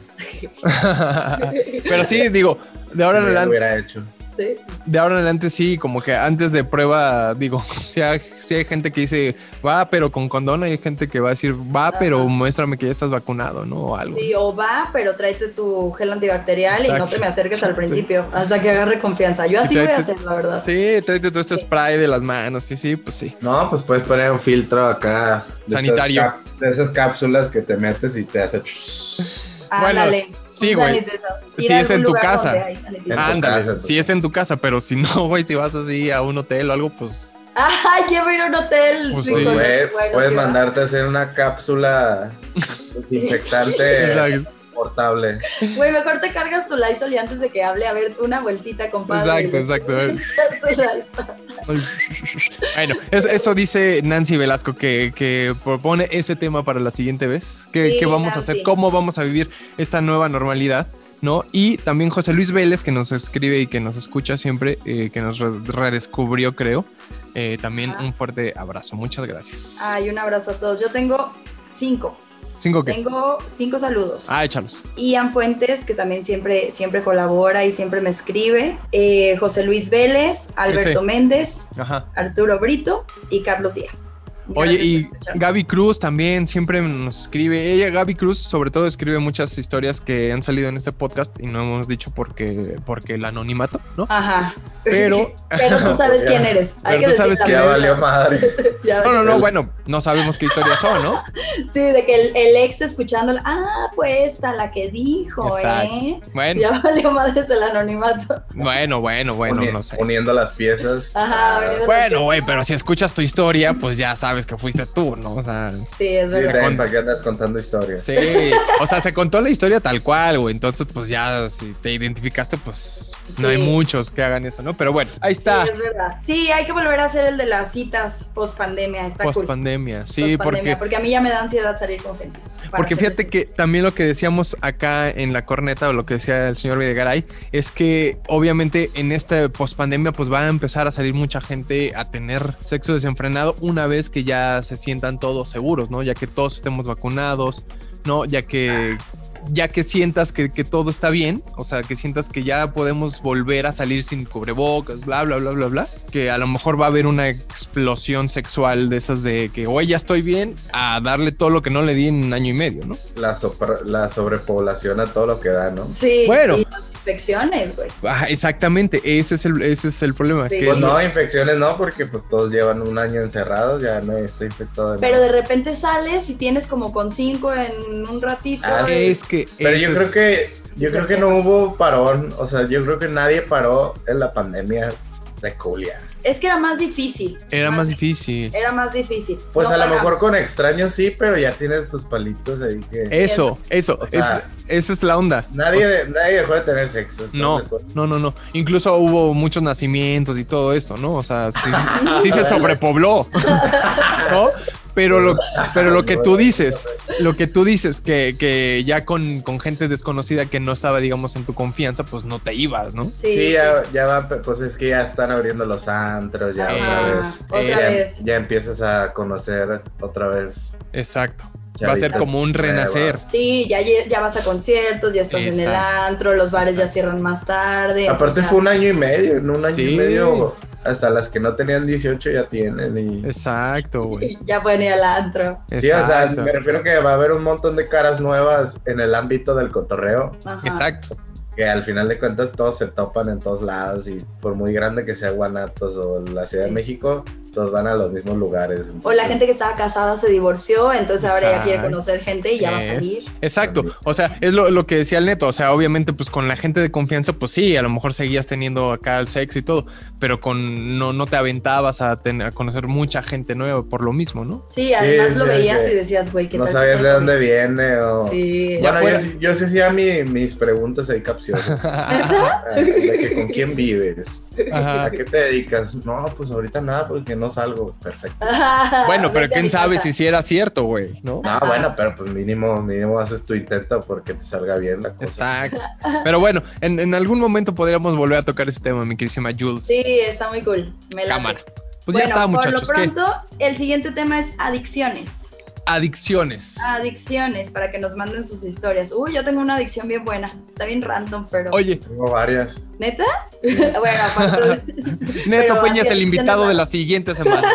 Pero sí, digo, de ahora en
Si lo
adelante,
hubiera hecho.
Sí.
de ahora en adelante sí, como que antes de prueba, digo, si hay, sí hay gente que dice va, pero con condón, hay gente que va a decir va,
Ajá.
pero muéstrame que ya estás vacunado, ¿no? O algo.
Sí, o va, pero tráete tu gel antibacterial y no
Exacto.
te me acerques al
Sí.
principio hasta que agarre confianza. Yo así
Y
voy a
tráete-
hacer, la verdad.
Sí, tráete todo este spray de las manos, sí, sí, pues sí.
No, pues puedes poner un filtro acá. de esas
Sanitario.
cap- de esas cápsulas que te metes y te hace...
Bueno,
Ándale.
sí,
Un
güey.
sanitizer.
Sí,
Ir a
es en
algún
tu
lugar
casa.
donde hay sanitizer.
Ah. tu
Ándale,
casa, en tu
si es
casa.
en tu casa, pero si no, güey, si vas así a un hotel o algo, pues
Ay, quiero ir a un hotel.
Pues
Pues,
Sí.
con los
güey,
buenos,
puedes
sí, va.
mandarte a hacer una cápsula desinfectante
exacto,
portable.
Güey, mejor te cargas tu Lysol y antes de que hable, a ver, una vueltita, compadre.
exacto, exacto.
Tu Lysol.
Bueno, eso, eso dice Nancy Velasco que, que propone ese tema para la siguiente vez. ¿Qué,
Sí,
qué vamos a
Nancy.
hacer? ¿Cómo vamos a vivir esta nueva normalidad? ¿No? Y también José Luis Vélez, que nos escribe y que nos escucha siempre, eh, que nos re- redescubrió, creo. Eh, también
Ah.
un fuerte abrazo. Muchas gracias.
Ay, un abrazo a todos. Yo tengo cinco.
¿Cinco qué?
Tengo cinco saludos.
Ah, échalos.
Ian Fuentes, que también siempre, siempre colabora y siempre me escribe. Eh, José Luis Vélez, Alberto
Ese.
Méndez,
Ajá.
Arturo Brito y Carlos Díaz.
Oye,
Gracias
y
por escucharnos.
Gaby Cruz también siempre nos escribe. Ella, Gaby Cruz, sobre todo escribe muchas historias que han salido en este podcast y no hemos dicho porque, porque el anonimato, ¿no?
Ajá.
Pero-
Pero tú sabes quién eres. Hay
Pero
que
tú sabes
decir
quién
Ya
la
eres.
valió
verdad.
madre.
Ya
No, no, no,
El-
bueno, no sabemos qué historias son, ¿no?
Sí, de que el, el ex escuchándola, ah, fue esta la que dijo, ¿eh?
Bueno,
Ya valió madres el anonimato.
bueno, bueno, bueno,
Poni-
no sé.
Poniendo las piezas.
Ajá, venido de
Bueno,
los-
güey, pero si escuchas tu historia, pues ya sabes que fuiste tú, ¿no? O sea,
Sí, es
Sí,
verdad.
también, ¿para qué andas contando historias?
sí. O sea, se contó la historia tal cual, güey. Entonces, pues ya, si te identificaste, pues no
Sí.
hay muchos que hagan eso, ¿no? Pero bueno, ahí está.
Sí, es verdad. Sí, hay que volver a hacer el de las citas post pandemia. Está
Post
cool.
pandemia, sí,
Pospandemia,
porque
porque a mí ya me da ansiedad salir con gente. para
Porque
ser
fíjate que
honestos.
también lo que decíamos acá en la corneta o lo que decía el señor Videgaray es que obviamente en esta pospandemia pues va a empezar a salir mucha gente a tener sexo desenfrenado una vez que ya se sientan todos seguros, ¿no? Ya que todos estemos vacunados, ¿no? Ya que ya que sientas que, que, todo está bien, o sea, que sientas que ya podemos volver a salir sin cubrebocas, bla, bla, bla, bla, bla, que a lo mejor va a haber una explosión sexual de esas de que hoy ya estoy bien a darle todo lo que no le di en un año y medio, ¿no?
La, sopra, la sobrepoblación a todo lo que da, ¿no?
Sí, bueno. Y las infecciones, güey.
Ah, exactamente, ese es el, ese es el problema.
Sí. Que pues no, infecciones no, porque pues todos llevan un año encerrados, ya no está infectado.
De Pero nada. de repente sales y tienes como con cinco en un ratito.
Ah,
y...
es que
pero yo creo que yo creo que no hubo parón, o sea, yo creo que nadie paró en la pandemia de Julia.
Es que era más difícil.
Era más, más difícil.
Era más difícil.
Pues no, a lo mejor con extraños sí, pero ya tienes tus palitos ahí que...
Eh, Eso, eso, o sea, es, esa es la onda.
Nadie, o sea, nadie dejó de tener sexo.
No, no, no, no. Incluso hubo muchos nacimientos y todo esto, ¿no? O sea, sí, sí se sobrepobló, ¿no? Pero lo, pero lo que tú dices, lo que tú dices, que, que ya con, con, gente desconocida que no estaba, digamos, en tu confianza, pues no te ibas, ¿no?
Sí, sí. Ya, ya, va, pues es que ya están abriendo los antros, ya Ajá, otra, vez,
otra
ya,
vez.
Ya empiezas a conocer otra vez.
Exacto. Va a ser como un renacer.
Sí, ya, ya vas a conciertos, ya estás Exacto. en el antro, los bares Exacto. ya cierran más tarde.
Aparte o sea, fue un año y medio, en un año sí. y medio hasta las que no tenían 18 ya tienen.
Y... Exacto, güey.
ya pueden ir al antro.
Sí, Exacto. o sea, me refiero que va a haber un montón de caras nuevas en el ámbito del cotorreo.
Ajá. Exacto
que al final de cuentas todos se topan en todos lados y por muy grande que sea Guanatos o la Ciudad de México, todos van a los mismos lugares. Entonces.
O la gente que estaba casada se divorció, entonces Exacto. ahora ya quiere conocer gente y ya es. va a salir.
Exacto, o sea, es lo, lo, que decía el neto, o sea, obviamente pues con la gente de confianza, pues sí, a lo mejor seguías teniendo acá el sexo y todo, pero con no, no te aventabas a, ten, a conocer mucha gente nueva por lo mismo, ¿no?
Sí, además sí, lo veías y decías, güey, ¿qué
No
tal
sabías de dónde viene o...
Sí.
Bueno, yo, yo sí hacía mi, mis preguntas ahí capsuladas. ¿Verdad? De que con quién vives. Ajá.
Ah,
¿A qué te dedicas? No, pues ahorita nada porque no salgo. Perfecto.
Ajá.
Ah,
Bueno, pero quién sabe si sí era cierto, güey, ¿no?
Ah, no, bueno, pero pues mínimo, mínimo haces tu intento porque te salga bien la cosa.
Exacto. Pero bueno, en, en algún momento podríamos volver a tocar ese tema, mi querísima Jules.
Sí, está muy cool. Me la
Cámara. Pues bueno, ya está, muchachos.
Por lo pronto, ¿qué? el siguiente tema es adicciones
adicciones.
Adicciones, para que nos manden sus historias. Uy, yo tengo una adicción bien buena. Está bien random, pero.
Oye.
Tengo varias.
¿Neta? bueno, aparte.
Neto Peña es el invitado de la siguiente semana.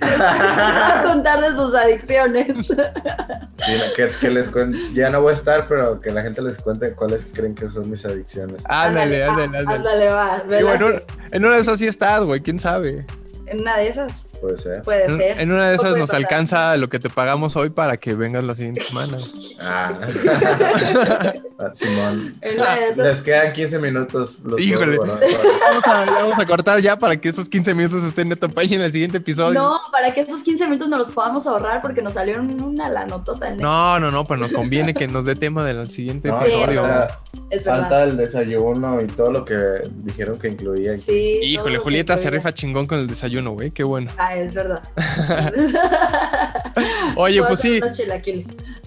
a contar de sus adicciones.
sí, que, que les cuente. Ya no voy a estar, pero que la gente les cuente cuáles creen que son mis adicciones.
Ah, Ándale, ándale, ándale.
Ándale, va.
Y bueno, en una de esas sí estás, güey, quién sabe.
En una de esas.
Puede ser.
Puede ser.
En una de esas nos pasar? alcanza lo que te pagamos hoy para que vengas la siguiente semana.
ah. Simón. En una de esas... Les quedan 15 minutos.
Los Híjole. Todos, bueno, vamos, a, vamos, a, cortar ya para que esos 15 minutos estén neto Peña en el siguiente episodio.
No, para que esos 15 minutos nos los podamos ahorrar porque nos salieron una lanotota.
No, no, no, pero nos conviene que nos dé tema del siguiente no, episodio.
Sí, es falta el desayuno y todo lo que dijeron que incluía.
Sí.
Híjole, Julieta se rifa chingón con el desayuno uno, güey, qué bueno.
Ah, es verdad. Ah,
Oye, pues sí.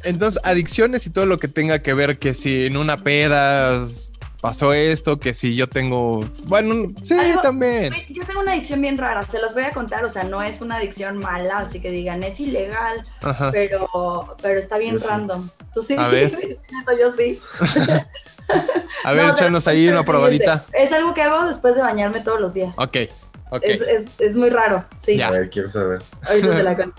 Entonces,
adicciones y todo lo que tenga que ver que si en una peda pasó esto, que si yo tengo, bueno, sí, Algo, también.
Yo tengo una adicción bien rara, se las voy a contar, o sea, no es una adicción mala, así que digan, es ilegal, Ajá. pero pero está bien yo random. Sí. Tú sí,
Ah. a ver.
yo sí.
a ver, no, échanos ahí una probadita.
Es algo que hago después de bañarme todos los días.
Ok.
Okay. Es, es, es, muy raro, sí.
Ya. A ver, quiero saber.
Ahorita te la cuento.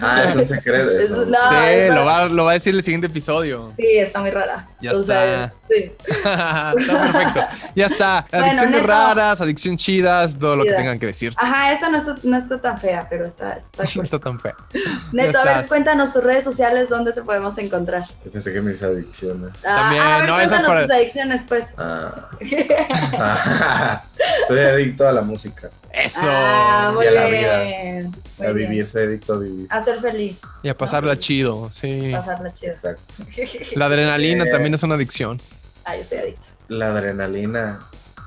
ah, es un secreto. Eso.
Es, no, sí, lo va, lo va, a decir el siguiente episodio.
Ah, Sí, está muy rara.
Ya o está.
Sea, sí.
está perfecto. Ya está. Adicciones bueno, raras, adicción chidas, todo chidas. lo que tengan que decir.
Ajá, esta no está, no está tan fea, pero está. está
no está tan fea.
Neto, a ver, cuéntanos tus redes sociales, ¿dónde te podemos encontrar?
Yo pensé que mis adicciones.
Ah, También, a ver, no, esas para... tus adicciones, pues.
Ah. Soy adicto a la música.
Eso.
Ah, muy
y a la
bien.
vida. Muy a vivir, bien. soy adicto a vivir.
A ser feliz.
Y a pasarla
feliz.
chido, sí.
Pasarla chido.
Exacto.
La adrenalina eh, también es una adicción.
Ah, yo soy adicto.
La adrenalina.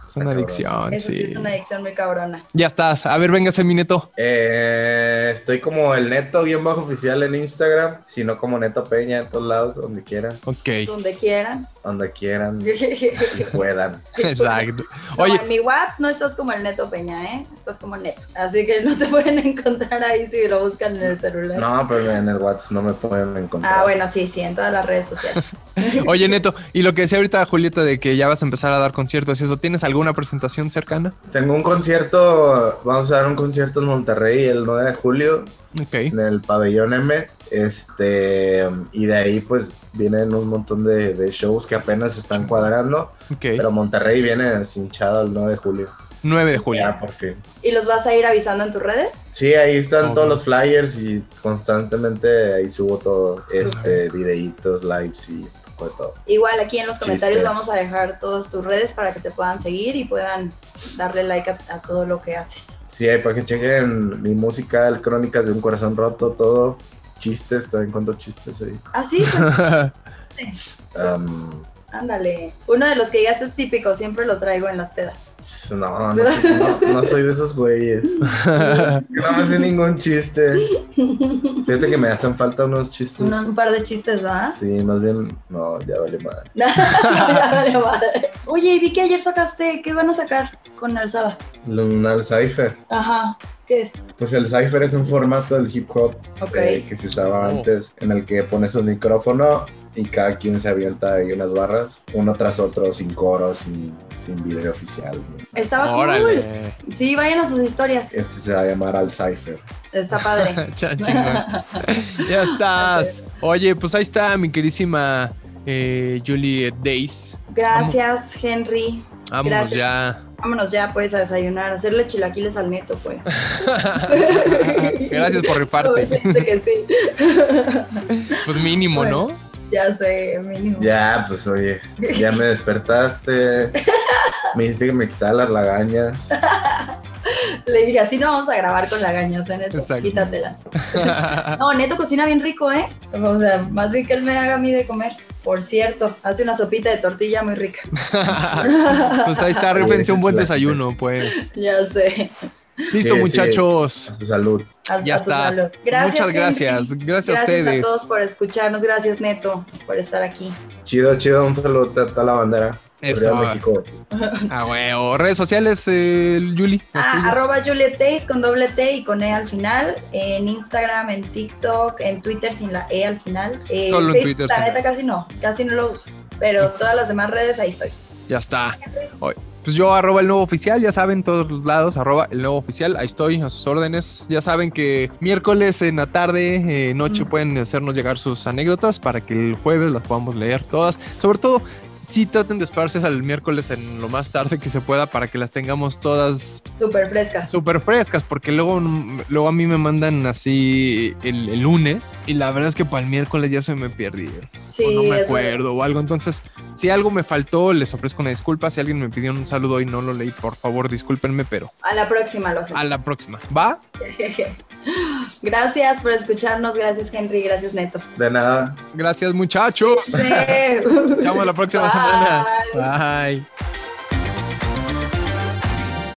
Es una adicción.
Eso sí.
sí.
es una adicción muy cabrona.
Ya estás. A ver, véngase, mi neto.
Eh, estoy como el neto guión bajo oficial en Instagram, sino como neto peña en todos lados, donde quieran,
Ok.
Donde quieran.
donde quieran y puedan.
Exacto.
No,
Oye,
en mi WhatsApp no estás como el Neto Peña, ¿eh? Estás como el Neto. Así que no te pueden encontrar ahí si lo buscan en el celular.
No, pero en el WhatsApp no me pueden encontrar.
Ah, bueno, sí, sí, en todas las redes sociales.
oye, neto. Y lo que decía ahorita Julieta de que ya vas a empezar a dar conciertos y eso, ¿tienes alguna presentación cercana?
Tengo un concierto, vamos a dar un concierto en Monterrey el 9 de julio
Ok.
en el pabellón M. Este, y de ahí pues vienen un montón de, de shows que apenas están cuadrando,
Ok.
pero Monterrey viene cinchado el 9 de julio.
9 de julio.
Ya, porque
¿Y los vas a ir avisando en tus redes?
Sí, ahí están
Ok.
todos los flyers y constantemente ahí subo todo, este, videitos, lives y un poco de todo.
Igual aquí en los comentarios
Chistes.
vamos a dejar todas tus redes para que te puedan seguir y puedan darle like a, a todo lo que haces.
Sí, ahí para que chequen mi música, el Crónicas de un Corazón Roto, todo, chistes, también cuento chistes ahí.
Ah, sí, pues,
Um,
ándale. Uno de los que digas es típico, siempre lo traigo en las pedas.
no, no, no, no soy de esos güeyes. No me sé ningún chiste. Fíjate que me hacen falta unos chistes.
Unos un par de chistes, ¿va?
Sí, más bien, no, ya vale madre.
Ya vale, madre. Oye, y vi que ayer sacaste, ¿qué van a sacar con Alzada?
Lunar Cypher.
Ajá, ¿qué es?
Pues el Cypher es un formato del hip hop
Ok.
eh, que se usaba antes, en el que pones un micrófono y cada quien se avienta ahí unas barras, uno tras otro, sin coros, sin, sin video oficial. ¿no?
Estaba cool.
Órale.
Sí, vayan a sus historias.
Este se va a llamar al Cypher.
Está padre.
Cha- chingón. ya estás. Oye, pues ahí está mi querísima eh, Juliet Days.
Gracias, Henry.
Vámonos
Gracias.
ya.
Vámonos ya, pues, a desayunar, a hacerle chilaquiles al neto, pues.
Gracias por rifarte.
Obviamente que sí.
Pues mínimo, ¿no?
Ya sé, mínimo.
Ya, pues oye, ya me despertaste. Me dijiste que me quitara las lagañas.
Le dije, así no vamos a grabar con lagañas, ¿eh, neto.
Exacto.
Quítatelas. No, neto cocina bien rico, ¿eh? O sea, más bien que él me haga a mí de comer. Por cierto, hace una sopita de tortilla muy rica.
pues ahí está, rípense un buen
Chilaquiles.
desayuno, pues.
Ya sé.
Listo,
Sí, sí.
muchachos.
Tu Pues, salud.
Hasta
Ya está. Muchas
Henry.
gracias. Gracias, a
Gracias a
ustedes.
todos por escucharnos. Gracias, Neto, por estar aquí.
Chido, chido, un saludo a toda la bandera.
Eso.
Arriba México.
A huevo. Redes sociales, eh, Yuli. las
Ah,
tuyas.
arroba Juliet Days con doble T y con E al final. En Instagram, en TikTok, en Twitter sin la E al final. Eh,
Solo en
Facebook,
Twitter, E.
La
sí.
neta casi no, casi no lo uso. Pero todas las demás redes ahí estoy.
Ya está. Oye, Pues yo arroba el nuevo oficial, ya saben, todos los lados, arroba el nuevo oficial, ahí estoy a sus órdenes. Ya saben que miércoles en la tarde, eh, noche,
Mm.
pueden hacernos llegar sus anécdotas para que el jueves las podamos leer todas. Sobre todo, si traten de esperarse al miércoles en lo más tarde que se pueda para que las tengamos todas
Súper frescas.
súper frescas, porque luego, mm, luego a mí me mandan así el, el lunes y la verdad es que para el miércoles ya se me perdieron.
Sí,
o no me
es
acuerdo o algo. Entonces, si algo me faltó, les ofrezco una disculpa. Si alguien me pidió un saludo y no lo leí, por favor, discúlpenme, pero
bueno. A la próxima lo
a
hacemos.
la próxima. ¿Va?
gracias por escucharnos. Gracias, Henry. Gracias, Neto.
De nada.
Gracias, muchachos.
Sí.
Nos vemos la próxima
Bye.
semana. Bye.